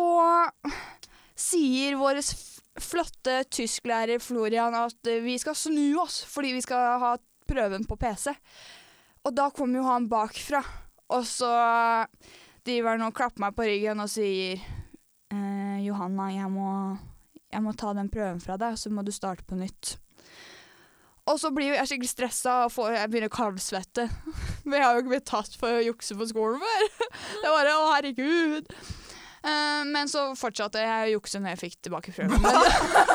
S2: sier vår f- flotte tysklærer Florian at eh, vi skal snu oss, fordi vi skal ha prøven på PC. Og da kommer jo han bakfra, og så driver han og klapper meg på ryggen og sier eh, Johanna, jeg må jeg må ta den prøven fra deg, og så må du starte på nytt. Og så blir jo jeg skikkelig stressa og får, jeg begynner å kalvsvette. Men jeg har jo ikke blitt tatt for å jukse på skolen før. Det er bare å, herregud. Eh, men så fortsatte jeg å jukse når jeg fikk tilbake prøven. Men,
S4: Men så,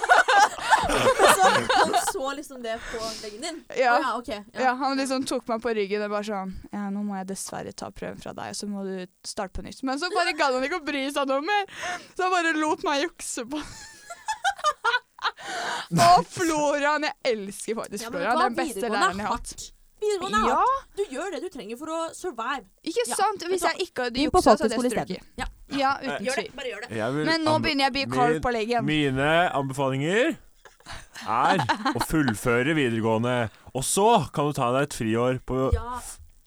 S4: Altså, han så liksom det på veggen din.
S2: ja,
S4: Å ja, ok.
S2: ja, han liksom tok meg på ryggen og bare sånn Ja, nå må jeg dessverre ta prøven fra deg, så må du starte på nytt. Men så bare gadd han ikke å bry seg noe mer, så han bare lot meg jukse på. og Florian. Jeg elsker faktisk
S4: Ja, men
S2: Florian.
S4: hva?
S2: Den beste
S4: Videregående er
S2: læreren jeg har
S4: hardt.
S2: hatt.
S4: Videregående er
S2: Ja.
S4: hardt. Du gjør det du trenger for å survive.
S2: Ikke
S4: Ja,
S2: sant? Hvis
S4: vet du
S2: jeg ikke hadde
S4: Begynn på
S2: juksa, så hadde jeg
S4: folkehøyskole
S2: strøket.
S4: Ja. Eh,
S2: ja, uten
S4: Gjør det.
S2: tvil.
S4: Bare gjør det.
S1: Jeg vil
S2: Men nå
S1: anbe-
S2: begynner jeg å bli kalv
S1: min-
S2: på leggen.
S1: Mine anbefalinger er å fullføre videregående. Og så kan du ta deg et friår på
S4: Ja.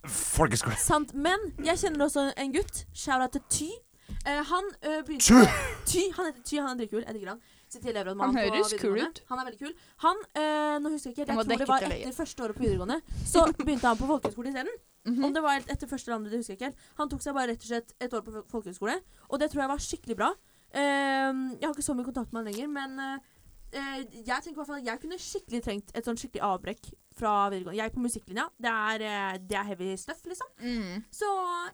S1: folkeskole.
S4: Sant, men jeg kjenner også en gutt. Shout-out til Ty. Eh, han eh, begynte
S1: Tju!
S4: Ty, han heter Ty, han er dritkul. Jeg digger han. Sitt i elevrådet med
S2: Han
S4: på
S2: høres kul
S4: videregående.
S2: ut.
S4: Han er veldig kul. Han, eh, nå husker jeg ikke,
S2: Han må
S4: helt, jeg tror det
S2: dekke
S4: var
S2: til
S4: etter
S2: øyet.
S4: første året på videregående, så begynte han på folkehøyskole isteden.
S2: Mhm.
S4: Om det var helt etter første eller andre, det husker jeg ikke helt. Han tok seg bare rett og slett et år på fol- folkehøyskole, og det tror jeg var skikkelig bra. Eh, jeg har ikke så mye kontakt med han lenger, men eh, eh, jeg tenker i hvert fall at jeg kunne skikkelig trengt et sånn skikkelig avbrekk fra videregående. Jeg på musikklinja, det er, eh, det er heavy stuff, liksom.
S2: Mm.
S4: Så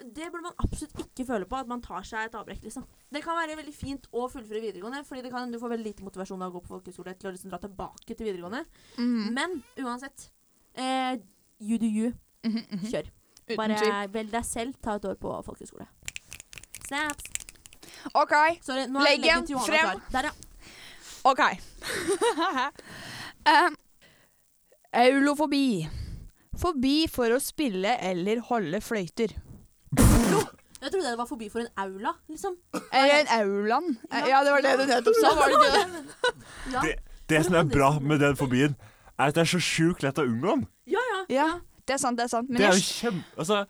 S4: det burde man absolutt ikke føle på, at man tar seg et avbrekk, liksom. Det kan være veldig fint å fullføre videregående, fordi det kan, du får veldig lite motivasjon av å gå på folkehøyskole til å liksom dra tilbake til videregående.
S2: Mm.
S4: Men uansett, eh, you do you.
S2: Mhm, mhm.
S4: Kjør.
S2: Uten tvil.
S4: Bare velg deg selv, ta et år på folkehøyskole. Snaps.
S2: OK.
S4: Sorry, nå er
S2: Legg
S4: leggen til
S2: den
S4: Johanna
S2: frem.
S4: klar. Der, ja.
S2: OK. um, eulofobi. Fobi for å spille eller holde fløyter.
S4: Jeg trodde det var forbi for en aula, liksom.
S2: Eller en aulaen. Eh, Ja, det var det du nettopp sa, var det ikke det?
S4: Ja,
S1: Det- Det som er bra med den fobien, er at det er så sjukt lett å unngå den.
S4: ja. ja.
S2: Ja, det er sant, det er sant. Men
S1: Det er jo
S2: jeg,
S1: kjem... Altså,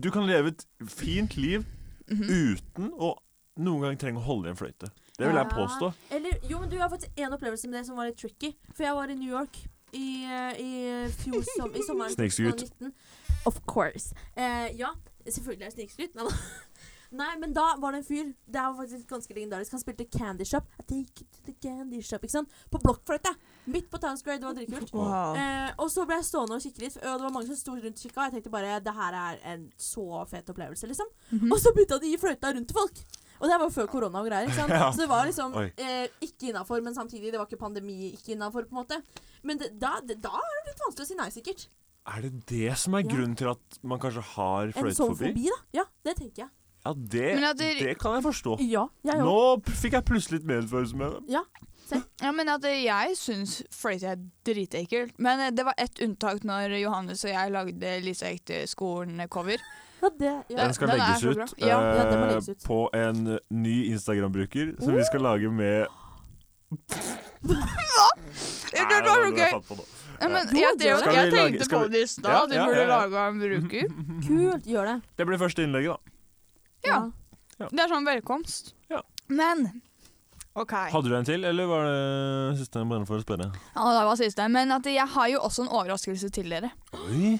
S1: du kan leve et fint liv
S2: Mm. Mhm.
S1: uten å noen gang trenge å holde i en fløyte. Det vil jeg
S4: Ja.
S1: påstå.
S4: Eller, jo, men du jeg har faktisk en opplevelse med det som var litt tricky. For jeg var i New York i, eh, i fjor som, i sommeren
S1: Snikskryt.
S4: 2019. Of course. Eh, ja, selvfølgelig er det snikskryt. Nei da. Nei, men da var det en fyr. Det er faktisk ganske legendarisk. Han spilte Candy Shop. I take you to the candy shop, ikke sant? På blokkfløyte. Midt på Times Square. Det var dritkult.
S2: Wow.
S4: Eh, og så ble jeg stående og kikke litt, og det var mange som sto rundt og kikka. Jeg tenkte bare det her er en så fet opplevelse, liksom.
S2: mhm.
S1: Mm.
S4: Og så begynte de å gi fløyta rundt til folk. Og det var før korona og greier. ikke sant?
S1: Ja.
S4: Så det var liksom
S1: Oi.
S4: eh, ikke innafor, men samtidig det var ikke pandemi ikke innafor, på en måte. Men det, da, det, da er det litt vanskelig å si nei, sikkert.
S1: Er det det som er
S4: Ja.
S1: grunnen til at man kanskje har
S4: En sånn
S1: fløytefobi?
S4: fobi, da. Ja, det tenker jeg.
S1: Ja, det,
S2: Men at det-
S1: det kan jeg forstå.
S4: Ja, jeg
S1: Nå
S4: òg.
S1: p- fikk jeg plutselig litt medfølelse med det.
S2: Ja, men at eh, Jeg syns fløyte er dritekkelt. Men eh, det var ett unntak når Johannes og jeg lagde Lisa Ekte skolen-cover.
S4: Ja, det, ja.
S1: Den skal
S2: den er
S1: legges
S2: så bra.
S1: ut,
S2: Ja.
S1: eh,
S4: Ja, den må legges ut.
S1: på en ny Instagram-bruker som vi skal lage med
S2: Det
S1: Nei,
S2: var
S1: nå-
S2: jo
S1: nå er jeg
S2: gøy!
S1: tatt på nå.
S2: Ja, men
S4: Jo,
S2: jeg,
S4: det
S2: drev,
S4: er det.
S2: jeg
S1: Skal vi lage-
S2: tenkte på
S1: skal vi-
S2: det i stad.
S1: Ja,
S2: du
S1: ja,
S2: burde
S1: ja, ja.
S2: laga en bruker.
S4: Kult. Gjør det.
S1: Det blir første innlegget, da.
S2: Ja. Det er sånn velkomst.
S1: Ja.
S2: Men OK.
S1: Hadde du en til, eller var det siste jeg bare for å spørre?
S2: Ja, det var siste. Men at jeg har jo også en overraskelse til dere.
S1: Oi.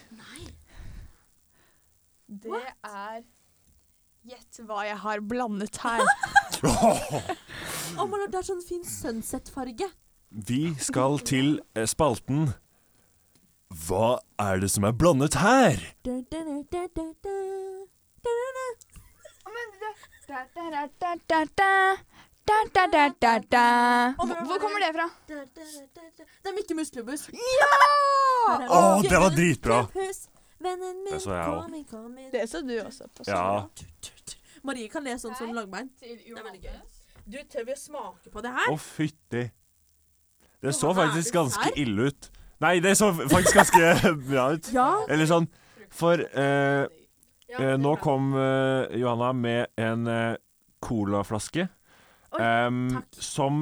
S2: Det er Gjett hva jeg har blandet her.
S4: Oh my lord, det er sånn fin sunset-farge.
S1: Vi skal til eh, spalten Hva er det som er blandet her?
S4: Da, da, da, da, da, da. Da, da, da.
S2: Hvor hvor kommer det fra?
S4: Da, da, da, da, da. Det er Mikke Musklubus.
S2: Ja!
S1: Åh, det var dritbra!
S4: Campus, vennen min,
S1: Det så jeg også.
S4: kom inn, kom inn.
S2: Det så du også på.
S1: Ja.
S4: Marie kan lese sånn som
S2: Nei.
S4: langbein. er veldig gøy. Du, tør vi å smake på det
S1: Å,
S4: her?
S1: fytti. Det så
S4: Hva er
S1: faktisk
S4: det
S1: ganske
S4: her?
S1: ille ut. Nei, det så faktisk ganske bra ut.
S4: Ja.
S1: Eller sånn For eh, eh, nå kom eh, Johanna med en eh, colaflaske
S4: Oi,
S1: em,
S4: takk.
S1: som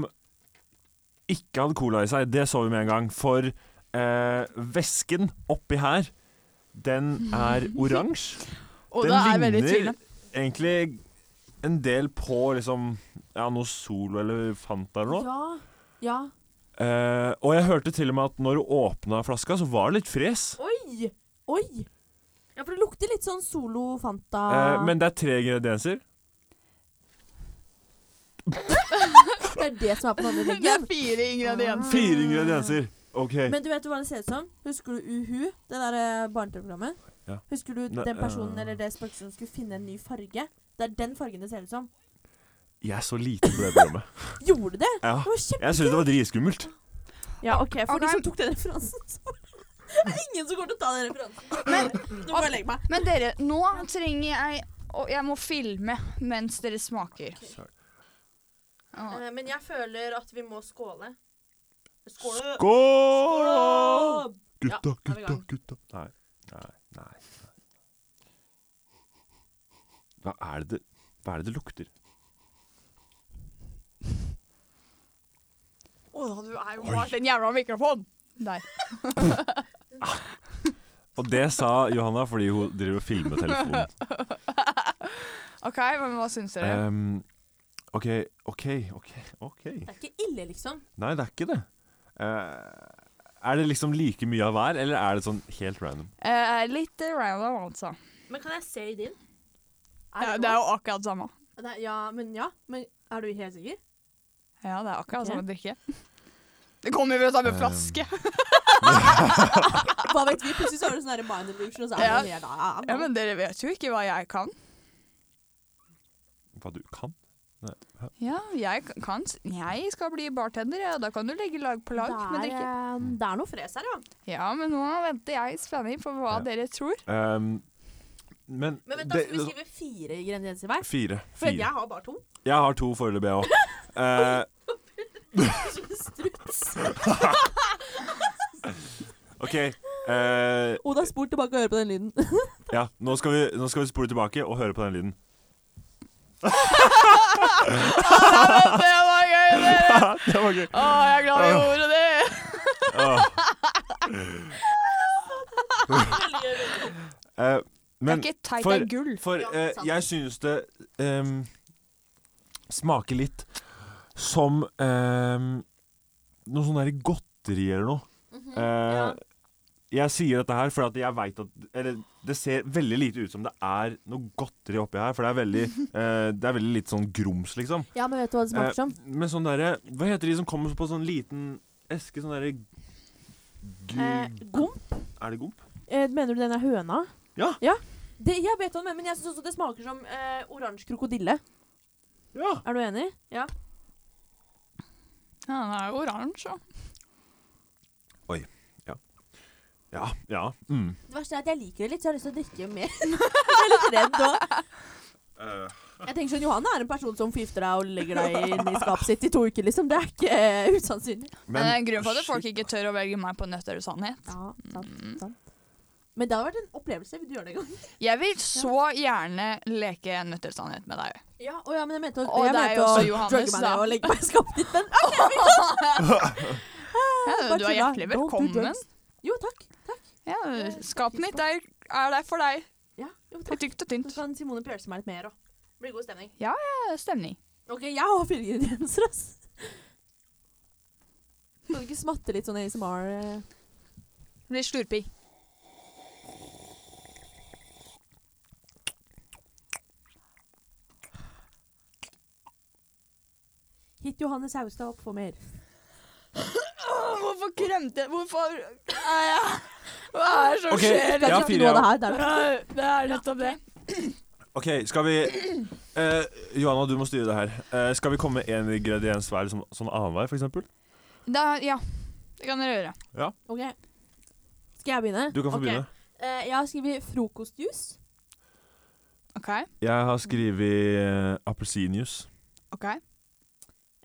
S1: ikke hadde cola i seg. Det så vi med en gang. For eh, væsken oppi her, den er oransje.
S2: Og
S1: Den
S2: da er jeg veldig i tvil.
S1: ligner egentlig en del på liksom Ja, noe Solo eller Fanta eller noe.
S4: Ja. ja.
S1: Eh, og jeg hørte til og med at når du åpna flaska, så var det litt fres.
S4: Oi! Oi! Ja, for det lukter litt sånn Solo Fanta
S1: Eh, men det er tre ingredienser.
S4: Det er det som er på den andre
S2: Det er
S4: ryggen.
S2: fire ingredienser.
S1: Fire ingredienser. OK.
S4: Mm. Men du vet jo hva det ser ut som? Husker du Uhu? Det der eh, barne-TV-programmet?
S1: Ja.
S4: Husker du
S1: Ne-
S4: den personen
S1: eh.
S4: eller det spøkelset som skulle finne en ny farge? Det er den fargen det ser ut som.
S1: Jeg er så lite på det programmet.
S4: Gjorde det?
S1: Ja.
S4: Det var kjempe...
S1: Jeg syns det var dritskummelt.
S4: Ja, OK, for
S2: Ok.
S4: de som tok den referansen, så Det er ingen som går til å ta den referansen. Men, Nå må jeg legge meg.
S2: Men dere, nå trenger jeg Og jeg må filme mens dere smaker. Å,
S4: Eh, Men jeg føler at vi må skåle. Skåle!
S1: Skål!
S4: Gutta, Ja, er vi i
S1: gutta,
S4: gang.
S1: gutta. Nei, nei, nei. nei. Hva er det Hva er det det lukter?
S2: du er jo
S1: Oi.
S2: bak den jævla mikrofonen! Der.
S1: Og det sa Johanna fordi hun driver og filmer telefonen.
S2: OK, men hva syns dere?
S1: Em, OK, OK, OK. ok
S4: Det er ikke ille, liksom.
S1: Nei, det er ikke det. Eh, er det liksom like mye av hver, eller er det sånn helt random?
S2: Eh, litt eh, random, altså.
S4: Men kan jeg se i din?
S2: Ja, det er jo akkurat samme.
S4: Det er- Ja, men ja. Men er du helt sikker?
S2: Ja, det er akkurat
S4: Ok.
S2: samme drikke. Det kommer jo fra samme
S1: Um,
S2: flaske.
S4: Hva vet vi? Plutselig så har du sånn der mind illusion, og så
S2: Ja.
S4: er det helt
S2: Ja, men dere vet jo ikke hva jeg kan.
S1: Hva du kan?
S2: Ja, jeg k- kan s- Jeg skal bli bartender, ja. Da kan du legge lag på lag med
S4: det, er,
S2: drikke.
S4: eh, det er noe fres her, ja.
S2: Ja, men nå venter jeg i spenning på hva
S1: Ja.
S2: dere tror.
S1: Em, men
S4: Men vent, da
S1: det-
S4: skal vi skrive fire ingredienser hver.
S1: Fire.
S4: For
S1: fire.
S4: jeg har bare to.
S1: Jeg har to foreløpig, jeg òg. Eh,
S4: Struts.
S1: OK. eh,
S4: Oda, spol tilbake og hør på den lyden.
S1: ja, nå skal, vi, nå skal vi spole tilbake og høre på den lyden.
S2: Ja, men det var gøy, dere!
S1: det var gøy.
S2: Å, jeg er glad jeg gjorde det!
S1: Åh. Eh,
S2: Det er
S1: men
S2: ikke teit,
S1: for-
S2: det er gull.
S1: for eh, jeg synes det em, smaker litt som ehm,
S4: Mhm,
S1: em, noe sånn der godteri eller noe. Eh, Jeg sier dette her fordi at jeg veit at Eller det ser veldig lite ut som det er noe godteri oppi her, for det er veldig, eh, det er veldig litt sånn grums, liksom.
S4: Ja, men vet du hva det smaker
S1: Eh,
S4: som?
S1: men sånn derre Hva heter de som kommer på sånn liten eske? Sånn derre gu-
S4: Eh, gomp?
S1: Er det gomp?
S4: Eh, mener du den er høna?
S1: Ja.
S4: Det, jeg vet hva du mener, men jeg syns også det smaker som eh, oransje krokodille.
S1: Ja!
S4: Er du enig? Ja.
S2: Ja, den er jo oransje. da.
S1: Ja. ja. Mm.
S4: Det verste er at jeg liker det litt, så jeg har lyst til å drikke mer. jeg er litt redd òg.
S1: Eh,
S4: Jeg tenker sånn, Johanne er en person som forgifter deg og legger deg inn i skapet sitt i to uker, liksom. Det er ikke eh, usannsynlig.
S2: Men det er en grunn for at folk ikke
S1: altså.
S2: tør å velge meg på nødt eller sannhet.
S4: Ja, sant, sant. Men det har vært en opplevelse. Vil du gjøre det en gang?
S2: Jeg vil så gjerne leke nødt eller sannhet med deg.
S4: Ja, å ja, men jeg mente å,
S2: Og
S4: jeg
S2: deg
S4: mente
S2: også,
S4: å
S2: Johannes,
S4: drugge meg
S2: da.
S4: ned og legge meg i skapet ditt. Men eh,
S2: Ja, du
S4: bare
S2: er
S4: tulla.
S2: hjertelig
S4: Don't do
S2: velkommen.
S4: drugs. Jo, takk. takk.
S2: Ja, skapet mitt er, er der for deg.
S4: Ja, jo,
S2: Det
S4: takk.
S2: er tykt og
S4: Så
S2: tynt.
S4: kan Simone pierce meg litt mer òg. Blir god stemning.
S2: Ja, Stemning.
S4: Ok, jeg har fire ingredienser, ass. Kan du ikke smatte litt sånn ASMR? eh?
S2: Blir slurping.
S4: Hit Johanne Saustad opp for mer.
S2: Hvorfor kremte jeg Hvorfor er jeg Hva er det som
S1: Ok,
S2: skjer?
S1: Jeg ja. har
S4: Kanskje
S1: fire,
S4: ikke noe av det her. Det er
S2: Det er nettopp det.
S1: OK, skal vi eh, Johanna, du må styre det her. Eh, skal vi komme med én ingrediens hver liksom, sånn annenhver, f.eks.?
S2: Da, ja. Det kan dere gjøre.
S4: Ok. Skal jeg begynne?
S1: Du kan få
S4: Ok.
S1: begynne.
S4: Eh, jeg har skrevet frokostjuice.
S2: OK.
S1: Jeg har skrevet eh, appelsinjuice.
S2: ok.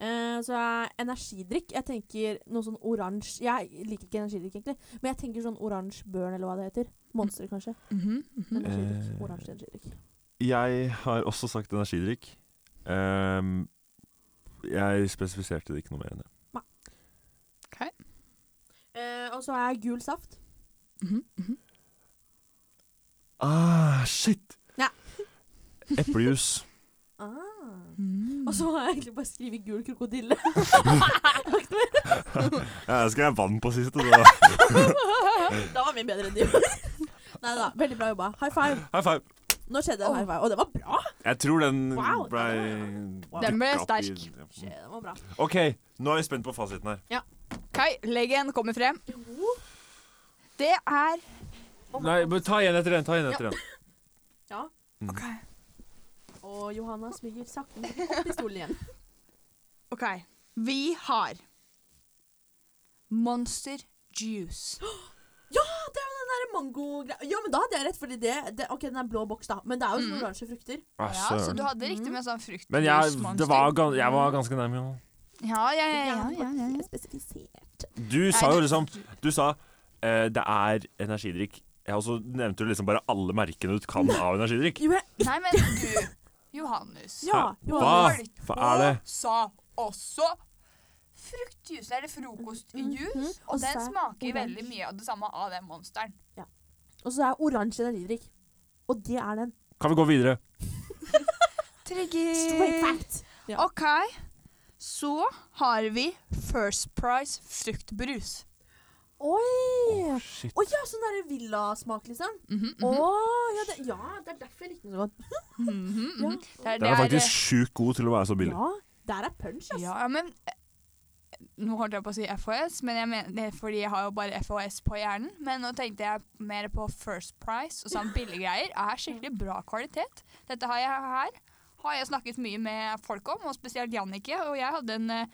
S4: eh, så er energidrikk. Jeg tenker noe sånn oransje Jeg liker ikke energidrikk, egentlig. Men jeg tenker sånn oransje børn, eller hva det heter. Monster, kanskje.
S2: Mhm, mhm.
S4: Energidrikk.
S1: Eh.
S4: Oransje energidrikk.
S1: Jeg har også sagt energidrikk. Ehm, jeg spesifiserte det ikke noe mer enn det.
S4: Eh, og så er jeg gul saft.
S2: Mhm, mhm.
S1: Ah, shit!
S4: Ja.
S1: Eplejus.
S4: Ah.
S2: Mhm.
S4: Og så har jeg egentlig bare skrevet gul krokodille.
S1: Ja, jeg skrev vann på siste.
S4: da var min bedre enn din. Nei da, veldig bra jobba. High five.
S1: High five.
S4: Nå skjedde en high five, og det var bra.
S1: Jeg tror den
S4: Wow,
S1: ble
S2: Den ble
S1: dukket opp i-
S4: Shit, det var bra.
S1: OK, nå er vi spent på fasiten her.
S2: OK, leggen kommer frem. Det er
S1: Nei, men Ta igjen etter en. Ta igjen etter en.
S2: OK.
S4: Og Johanna smyger sakte men sikkert opp i stolen igjen.
S2: ok. Vi har Monster juice.
S4: Den der mango-greia Ja, men da hadde jeg rett, fordi det, det OK, den er blå boks, da. Men det er jo sånn
S2: Mm.
S4: oransje frukter.
S1: Ah,
S2: Ja, så
S1: søren.
S2: du hadde riktig med sånn fruktjus
S1: Men jeg, det var, gan- jeg var ganske nærme. jo.
S2: Ja, ja, ja.
S4: Jeg
S2: ja,
S4: hadde
S2: ja, ja,
S4: ikke
S2: ja.
S4: spesifisert.
S1: Du sa jo liksom Du sa eh, det er energidrikk. Ja, Og så nevnte du liksom bare alle merkene du kan av energidrikk.
S4: Jo, jeg,
S2: Nei, men du, Johannes.
S4: ja,
S1: Hva?
S4: Johannes.
S1: Hva er det?
S2: Og sa også fruktjuice, eller frokostjuice.
S4: Mhm.
S2: Og
S4: Og
S2: den
S4: så-
S2: smaker
S4: oransje.
S2: veldig mye av det samme av den monsteren.
S4: Og så er oransje energidrikk. Og det er den.
S1: Kan vi gå videre?
S4: Straight fact. Ja.
S2: OK. Så har vi First Price fruktbrus.
S4: Oi!
S1: Shit.
S4: Å ja, sånn derre villasmak, liksom.
S2: Mhm,
S4: Å ja, det, ja, det er derfor jeg likte den så godt.
S2: mhm, mhm, mhm.
S4: Ja.
S2: Det er,
S1: Den er faktisk sjukt god til å være så billig.
S4: ja. Der er punch, ass.
S2: Ja, ja, men eh, Nå holdt jeg på å si FHS, men jeg mener, det er fordi jeg har jo bare FHS på hjernen. Men nå tenkte jeg mer på First Price og sånn billiggreier. Er skikkelig bra kvalitet. Dette har jeg her. Har jeg snakket mye med folk om, og spesielt Jannicke. Og jeg hadde en eh,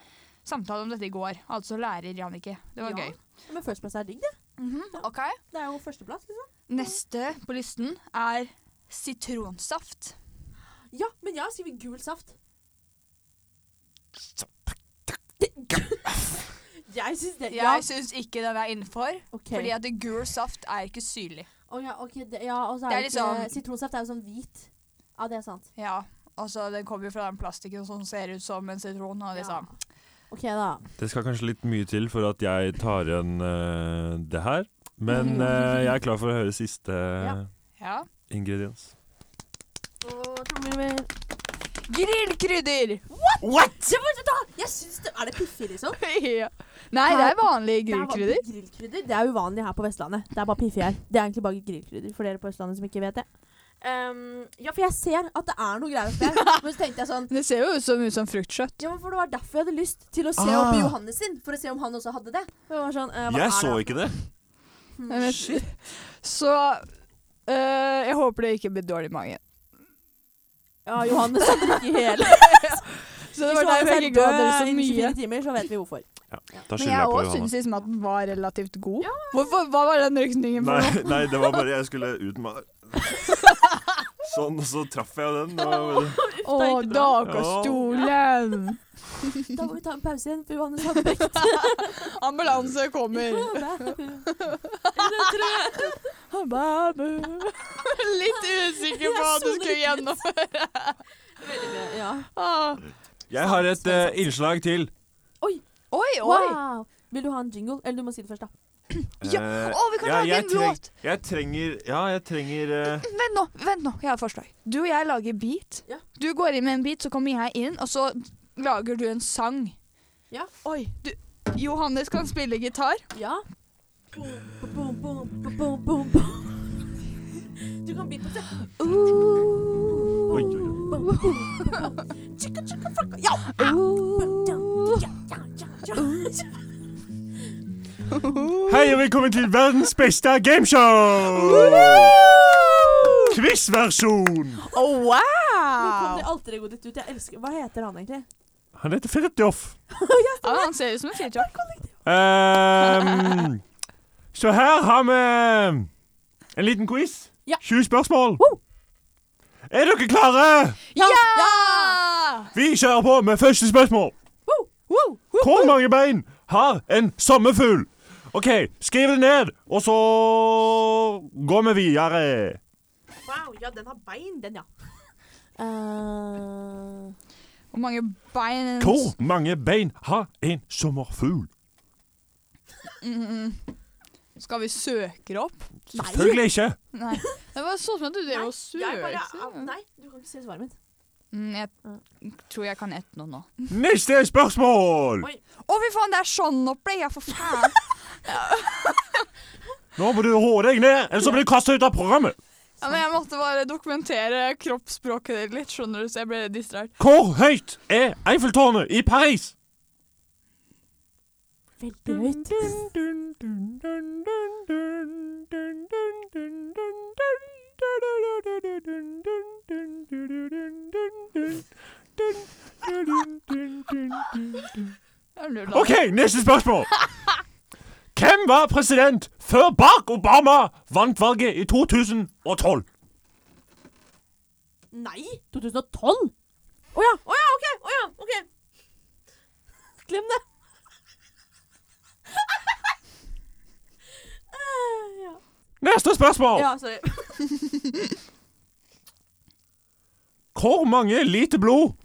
S2: samtale om dette i går. Altså lærer Jannicke. Det var
S4: Ja.
S2: gøy.
S4: Men First Price er digg, det.
S2: Mhm, OK.
S4: Det er jo førsteplass, liksom.
S2: Neste på listen er sitronsaft.
S4: Ja, men jeg har skrevet gul saft. Jeg syns det Eh, Ja,
S2: Jeg syns ikke den er innenfor,
S4: OK.
S2: fordi at gul saft er ikke syrlig.
S4: Å ja, ok, det, ja og så
S2: Det
S4: er
S2: er
S4: det ikke
S2: liksom-
S4: Sitronsaft er jo sånn hvit. Ja, det er sant.
S2: Ja, altså den kommer jo fra den plastikken som ser ut som en sitron. Og liksom.
S4: OK, da.
S1: Det skal kanskje litt mye til for at jeg tar igjen eh, det her. Men eh, jeg er klar for å høre siste
S4: Ja.
S2: ja.
S1: ingrediens.
S4: Og trommevirvel.
S2: Grillkrydder!
S1: What?!
S4: Det var, da, jeg syns det Er det piffi, liksom?
S2: ja. Nei, det er vanlige
S4: Det er bare
S2: gulkrydder.
S4: grillkrydder. Det er uvanlig her på Vestlandet. Det er bare piffi her. Det er egentlig bare grillkrydder, for dere på Østlandet som ikke vet det. Ehm, ja, for jeg ser at det er noe greier oppi her. Men så tenkte jeg sånn
S2: Det ser jo ut som, ut som fruktkjøtt.
S4: ja, men for Det var derfor jeg hadde lyst til å se
S1: Ah.
S4: opp i Johannes sin, for å se om han også hadde det. Og jeg var sånn, eh, hva er
S1: Jeg så
S4: det?
S1: ikke det.
S2: Mm. Jeg vet- Så øh, jeg håper det ikke blir dårlig i magen.
S4: Ja, Johannes hadde det ikke hele.
S2: Så det var
S4: Hvis
S2: derfor jeg
S4: Johannes er
S2: ikke ga dere
S4: død
S2: så
S4: innen
S2: mye.
S4: 24 timer, så vet vi hvorfor.
S1: Da
S2: Men
S1: skylder
S2: jeg
S1: jeg på
S2: òg syns
S1: Johannes.
S2: liksom at den var relativt god. Hvorfor, hva var den rykningen for
S1: Nei,
S2: noe?
S1: nei, det var bare Jeg skulle ut med Sånn, og så traff jeg den. Det var-
S2: Å,
S4: da gikk det bra.
S2: Dagastolen!
S4: Da må vi ta en pause igjen, for Johannes hadde vekt.
S2: Ambulanse kommer. Litt usikker på hva du skulle gjennomføre.
S4: ja.
S2: Ah.
S1: Jeg har et eh, innslag til.
S2: Oi, oi!
S4: Wow. Vil du ha en jingle? Eller du må si det først, da.
S2: Ja,
S1: Eh,
S2: å, vi kan lage
S1: jeg
S2: en
S1: treng-
S2: låt.
S1: Jeg trenger Ja, jeg trenger eh,
S2: Vent nå, vent nå, jeg har et forslag. Du og jeg lager beat.
S4: Ja.
S2: Du går inn med en beat, så kommer jeg inn, og så lager du en sang.
S4: Ja.
S2: Oi, du, Johannes kan spille gitar.
S4: Ja. Boom, boom, boom, boom, boom, boom. Du kan beatboxe.
S1: Oi, oi, oi.
S4: Chicka, chicka, fucka. Ja. Ja, ja, ja, ja.
S1: Hei og velkommen til verdens beste gameshow! Quizversjon!
S2: Oh,
S4: Nå kom det
S2: wow!
S4: alter egoet ditt ut. Jeg elsker Hva heter han egentlig?
S1: Han heter Fridtjof.
S2: Ja, han ser ut som en fyrtårn.
S1: Ehm, så her har vi en liten quiz.
S4: Ja.
S1: 20 spørsmål.
S4: Woo!
S1: Er dere klare?
S2: Ja!
S1: Vi kjører på med første spørsmål.
S2: Woo!
S1: Hvor mange bein har en sommerfugl? OK, skriv det ned, og så går vi videre.
S4: Wow, ja, den har bein, den, ja. Eh,
S2: Hvor mange bein
S1: Hvor mange bein har en sommerfugl?
S2: Mm. Skal vi søke det opp?
S1: Selvfølgelig ikke.
S2: Nei. Det var sånn at du drev og søkte.
S4: Nei, du kan ikke se svaret mitt.
S2: Mm, jeg tror jeg kan ett nå. nå.
S1: Neste spørsmål.
S2: Å, fy faen, det er sånn opplegg! Ja, for faen.
S1: Nå må du roe deg ned, ellers så blir du kasta ut av programmet.
S2: Ja, men jeg måtte bare dokumentere kroppsspråket ditt litt, skjønner du, så jeg ble distrahert.
S1: Hvor høyt er Eiffeltårnet i Paris?
S4: Veldig høyt.
S1: OK, neste spørsmål. Hvem var president før Barack Obama vant valget i 2012?
S4: Nei! 2012? Å ja. Å ja, OK! Å ja, OK. Glem det. Eh, ja.
S1: Neste spørsmål.
S4: ja, sorry.
S1: Hvor mange liter blod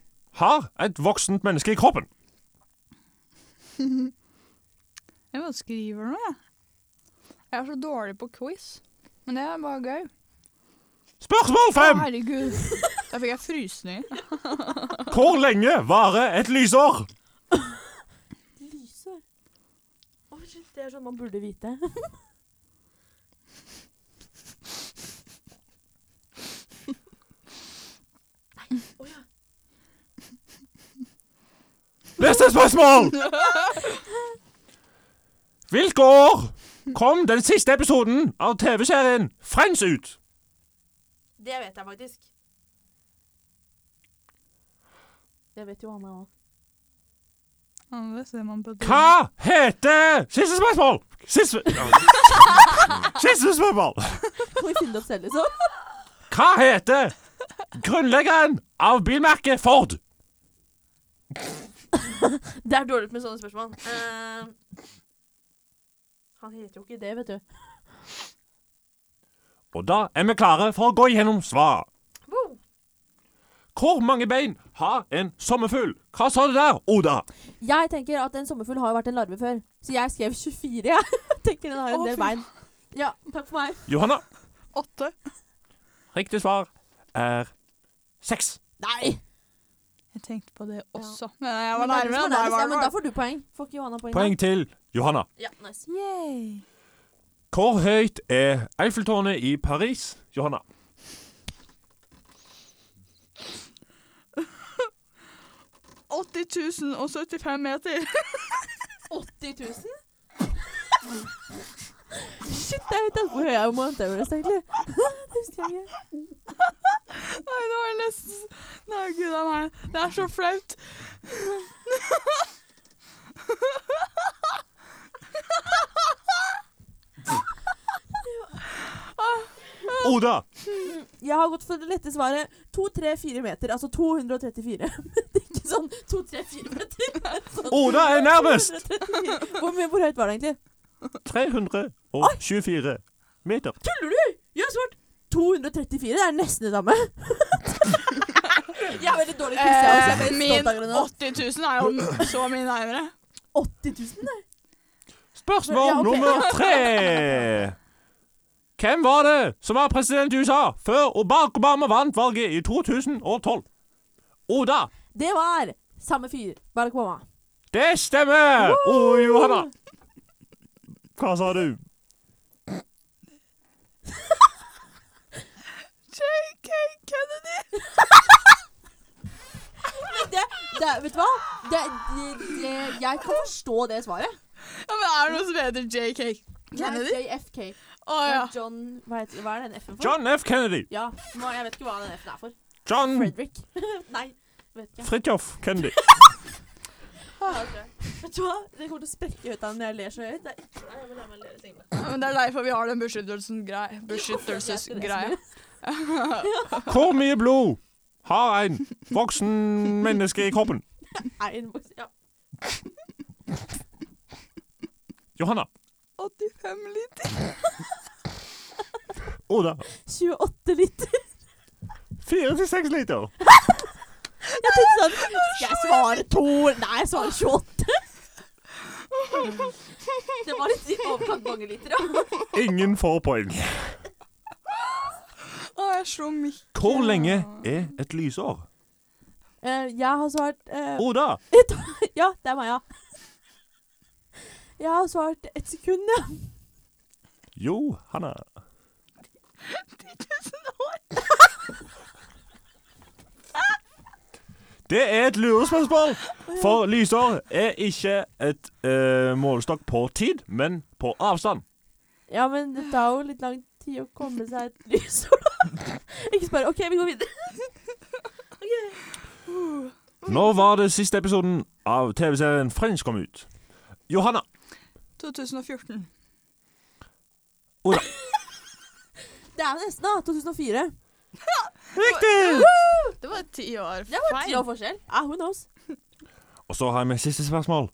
S1: har et voksent menneske i kroppen?
S2: Jeg bare skriver noe, jeg. Jeg er så dårlig på quiz. Men det er bare gøy.
S1: Spørsmål
S2: Å,
S1: fem!
S2: herregud. Da fikk jeg frysninger.
S1: Hvor lenge varer et lysår?
S4: Lysår. Å, shit, det er sånn man burde vite.
S1: Neste spørsmål! Hvilke år kom den siste episoden av TV-serien Friends ut?
S4: Det vet jeg faktisk. Det vet jo Anna òg.
S2: Ja, det ser man på det.
S1: Hva heter Siste spørsmål! Siste Siste spørsmål!
S4: Kan vi finne det opp selv, liksom?
S1: Hva heter grunnleggeren av bilmerket Ford?
S4: Det er dårlig med sånne spørsmål. Eh, han heter jo ikke det, vet du.
S1: Og da er vi klare for å gå gjennom svar.
S4: Wow.
S1: Hvor mange bein har en sommerfugl? Hva sa du der, Oda?
S4: Jeg tenker at en sommerfugl har jo vært en larve før, så jeg skrev 24. Jeg tenker den har en
S2: Å,
S4: del
S2: fy.
S4: bein. Ja, takk for meg.
S1: Johanna?
S2: Åtte.
S1: Riktig svar er seks.
S4: Nei!
S2: Jeg tenkte på det
S5: Ja.
S2: også. Men jeg var
S5: Men det er du
S4: liksom
S2: nærme.
S5: som er nærmest,
S2: da var
S5: ja, men da
S2: det
S5: får du poeng. Får ikke Johanna poeng? da?
S1: Poeng til Johanna.
S5: Ja, nice.
S2: Yay.
S1: Hvor høyt er Eiffeltårnet i Paris? Johanna.
S2: og 75 meter.
S5: 80 000?
S4: Shit, jeg vet ikke hvor høy jeg er om Mount Everest, egentlig. Det husker jeg ikke.
S2: Nei, det var nesten s- Nei, gud a meg. Det er så flaut.
S1: Oda.
S4: Jeg har gått for det lette svaret 2-3-4 meter, altså 234. Men det er ikke sånn 2-3-4 meter. men Sånn,
S1: Oda er nærmest!
S4: 234. Hvor, mye- hvor høyt var det egentlig?
S1: 324 meter.
S4: Tuller du? Jeg har svart 234. Det er nesten det samme. jeg er veldig dårlig quiz. jeg, så jeg er
S2: Eh,
S4: veldig
S2: min
S4: stolt av det nå.
S2: 80 000 er jo så mye nærmere.
S4: 80 000? nei.
S1: Spørsmål
S4: Ja, ok.
S1: nummer tre. Hvem var det som var president i USA før Barack Obama vant valget i 2012? Oda.
S4: Det var samme fyr. Barack Obama.
S1: Det stemmer! Å, Johanna. Hva sa du?
S2: JK Kennedy.
S4: Det, det, vet du hva? Det, det, det, jeg kan forstå det svaret.
S2: Ja, men er det noe som heter JK Kennedy?
S4: Nei, JFK.
S2: Å ja.
S4: John hva, heter, hva er den F-en for?
S1: John F. Kennedy.
S4: Ja, må- jeg vet ikke hva den F-en er for.
S1: John
S4: Frederick. Nei, vet ikke.
S1: Fridtjof Kennedy.
S4: Vet du hva? Det kommer til å sprekke ut av den når jeg ler så høyt. Det er ikke- Nei, jeg må la meg le litt lenger.
S2: ja. Men det er derfor vi har den beskyttelsesgreia. Beskyttelsesgreia.
S1: Hvor mye blod har en voksen menneske i kroppen?
S4: Nei, en boks- ja.
S1: Johanna.
S2: 85 liter.
S1: Oda.
S4: 28 liter.
S1: Fire til seks liter.
S4: Jeg tenkte sånn Skal jeg svare to? Nei, jeg svarer 28. Det var litt i overkant mange liter, ja.
S1: Ingen får poeng.
S2: Å, jeg slo mitt.
S1: Hvor lenge er et lysår?
S4: Eh, jeg har svart eh,
S1: Oda.
S4: Ja, det er meg, ja. Jeg har svart ett sekund, ja.
S1: Johanna.
S2: 10 000 år.
S1: Det er et lurespørsmål, for lysår er ikke et eh, målestokk på tid, men på avstand.
S4: Ja, men det tar jo litt lang tid å komme seg et lys. Ikke spørre. OK, vi går videre.
S1: Når var det siste episoden av TV-serien Friends kom ut? Johanna.
S2: 2014.
S4: Det er jo nesten, da. 2004.
S1: Riktig!
S2: Det var ti år
S4: Det var ti år forskjell. Ja, who knows?
S1: Og så har jeg med siste spørsmål.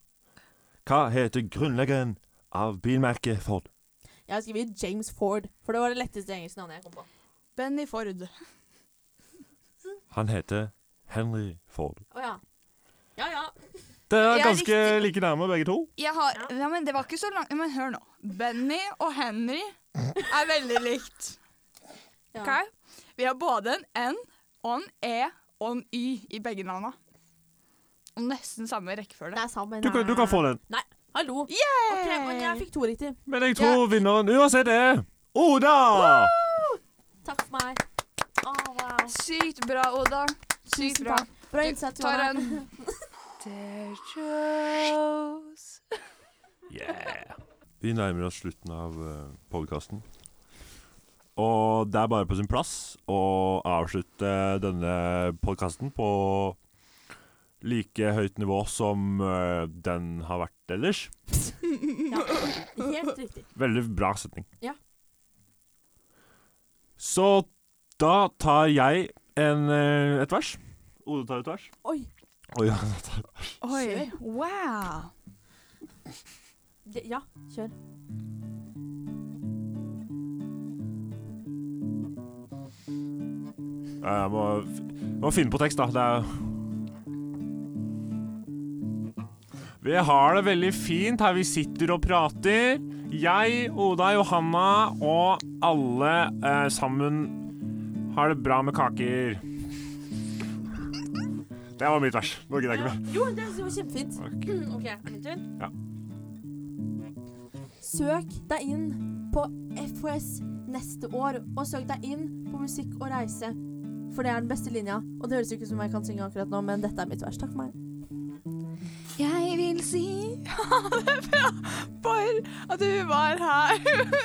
S1: Hva heter grunnleggeren av bilmerket Ford?
S4: Jeg har skrevet James Ford, for det var det letteste engelske navnet jeg kom på.
S2: Benny Ford.
S1: Han heter Henry Ford.
S4: Å ja. Ja ja.
S1: Dere
S2: Jeg
S1: er
S2: er
S1: ganske
S2: riktig.
S1: like nærme, begge to.
S2: Jeg har, ja, men det var ikke så langt Men hør nå. Benny og Henry er veldig likt.
S4: ja.
S2: Ok? Vi har både en N og en E og en Y i begge navna. Og nesten samme rekkefølge.
S4: Det er sammen. eh.
S1: Du kan, du kan få den.
S4: Hallo. Ok, men jeg fikk to riktig.
S1: Men jeg tror vinneren uansett er Oda!
S4: Takk for meg. Å, wow.
S2: Sykt bra, Oda. Sykt
S4: Tusen
S2: bra.
S4: takk. Bra innsats,
S2: Ta
S4: Johanna.
S2: den. There goes
S1: Yeah. Vi nærmer oss slutten av uh, podkasten. Og det er bare på sin plass å avslutte denne podkasten på like høyt nivå som eh, den har vært ellers.
S5: Helt riktig.
S1: Veldig bra setning.
S5: Ja.
S1: Så da tar jeg en, eh, et vers. Ode tar et vers.
S4: Oi.
S1: Og Johanna tar
S2: Oi. Wow.
S5: Det, ja, kjør.
S1: Ja, Jeg må, må finne på tekst, da. Det er Vi har det veldig fint her vi sitter og prater. Jeg, Oda, Johanna og alle eh, sammen har det bra med kaker. Det var mitt vers. Nå gidder jeg ikke mer.
S4: Ah.
S6: Jo, det var kjempefint.
S1: Takk.
S6: Ok, min tur.
S4: Søk deg inn på FHS neste år, og søk deg inn på musikk og reise. For det er den beste linja. Og det høres jo ikke ut som jeg kan synge akkurat nå, men dette er mitt vers. Takk for meg.
S2: Jeg vil si ha det bra for at du var her.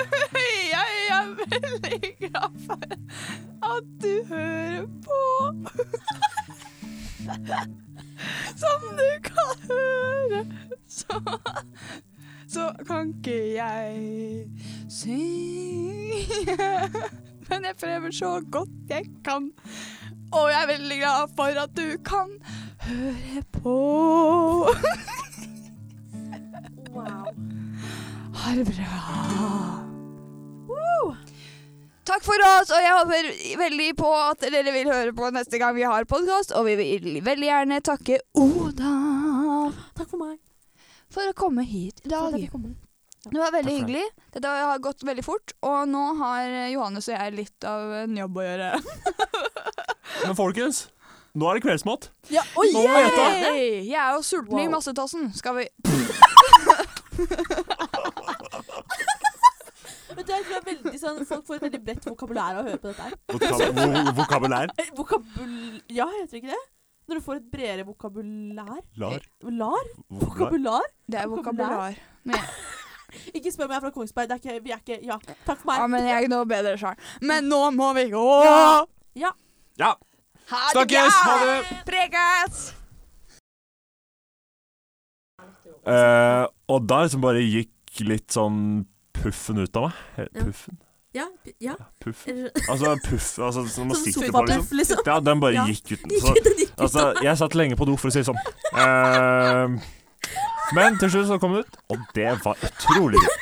S2: Jeg er veldig glad for at du hører på. Som du kan høre, så, så kan ikke jeg synge. Men jeg prøver så godt jeg kan. Og jeg er veldig glad for at du kan høre på.
S6: Wow.
S2: Ha det bra. Takk for oss, og jeg håper veldig på at dere vil høre på neste gang vi har podkast. Og vi vil veldig gjerne takke Oda
S4: Takk for meg.
S2: for å komme hit i
S4: For
S2: dag.
S4: at jeg fikk komme.
S2: Det var veldig
S1: Takk for det.
S2: hyggelig. Dette har gått veldig fort, og nå har eh, Johannes og jeg litt av en jobb å gjøre.
S1: Men folkens, nå er det kveldsmat.
S4: Ja, oi!
S1: Nå må jeg ta.
S2: Hey, jeg er jo sulten i
S4: Wow.
S2: massetassen. Skal vi
S4: Vet du, jeg tror det er veldig sånn, Folk får et veldig bredt vokabulær av å høre på dette her.
S1: Vokab vo- vokabulær.
S4: Eh, Vokabul... Ja, heter det ikke det? Når du får et bredere vokabulær
S1: Lar.
S4: Lar?
S1: Vokabulær.
S4: Vokabular?
S2: Det er vokabular.
S4: Ikke spør meg, jeg er fra Kongsberg. Det er ikke, vi er ikke Ja, takk for meg.
S2: Ja, men jeg er noe bedre sjøl. Men nå må vi gå!
S4: Ja.
S1: Ja.
S2: Ha det
S1: Snakkes! Ha det!
S2: bra! Prekes!
S1: Eh, og der liksom bare gikk litt sånn puffen ut av meg. Eh,
S6: Ja.
S1: Puffen?
S6: Ja. ja.
S1: Ja, puffen.
S6: Er-
S1: Altså puff, altså sånn man
S6: Sånn
S1: sikter på, liksom.
S6: sofapuff, liksom.
S1: Ja, den bare
S6: Ja.
S1: gikk uten. Så,
S6: Ikke den gikk ut
S1: altså,
S6: av-
S1: jeg satt lenge på do, for å si Ehm, det sånn. Eh, men til slutt så kom den ut, og det var utrolig gøy.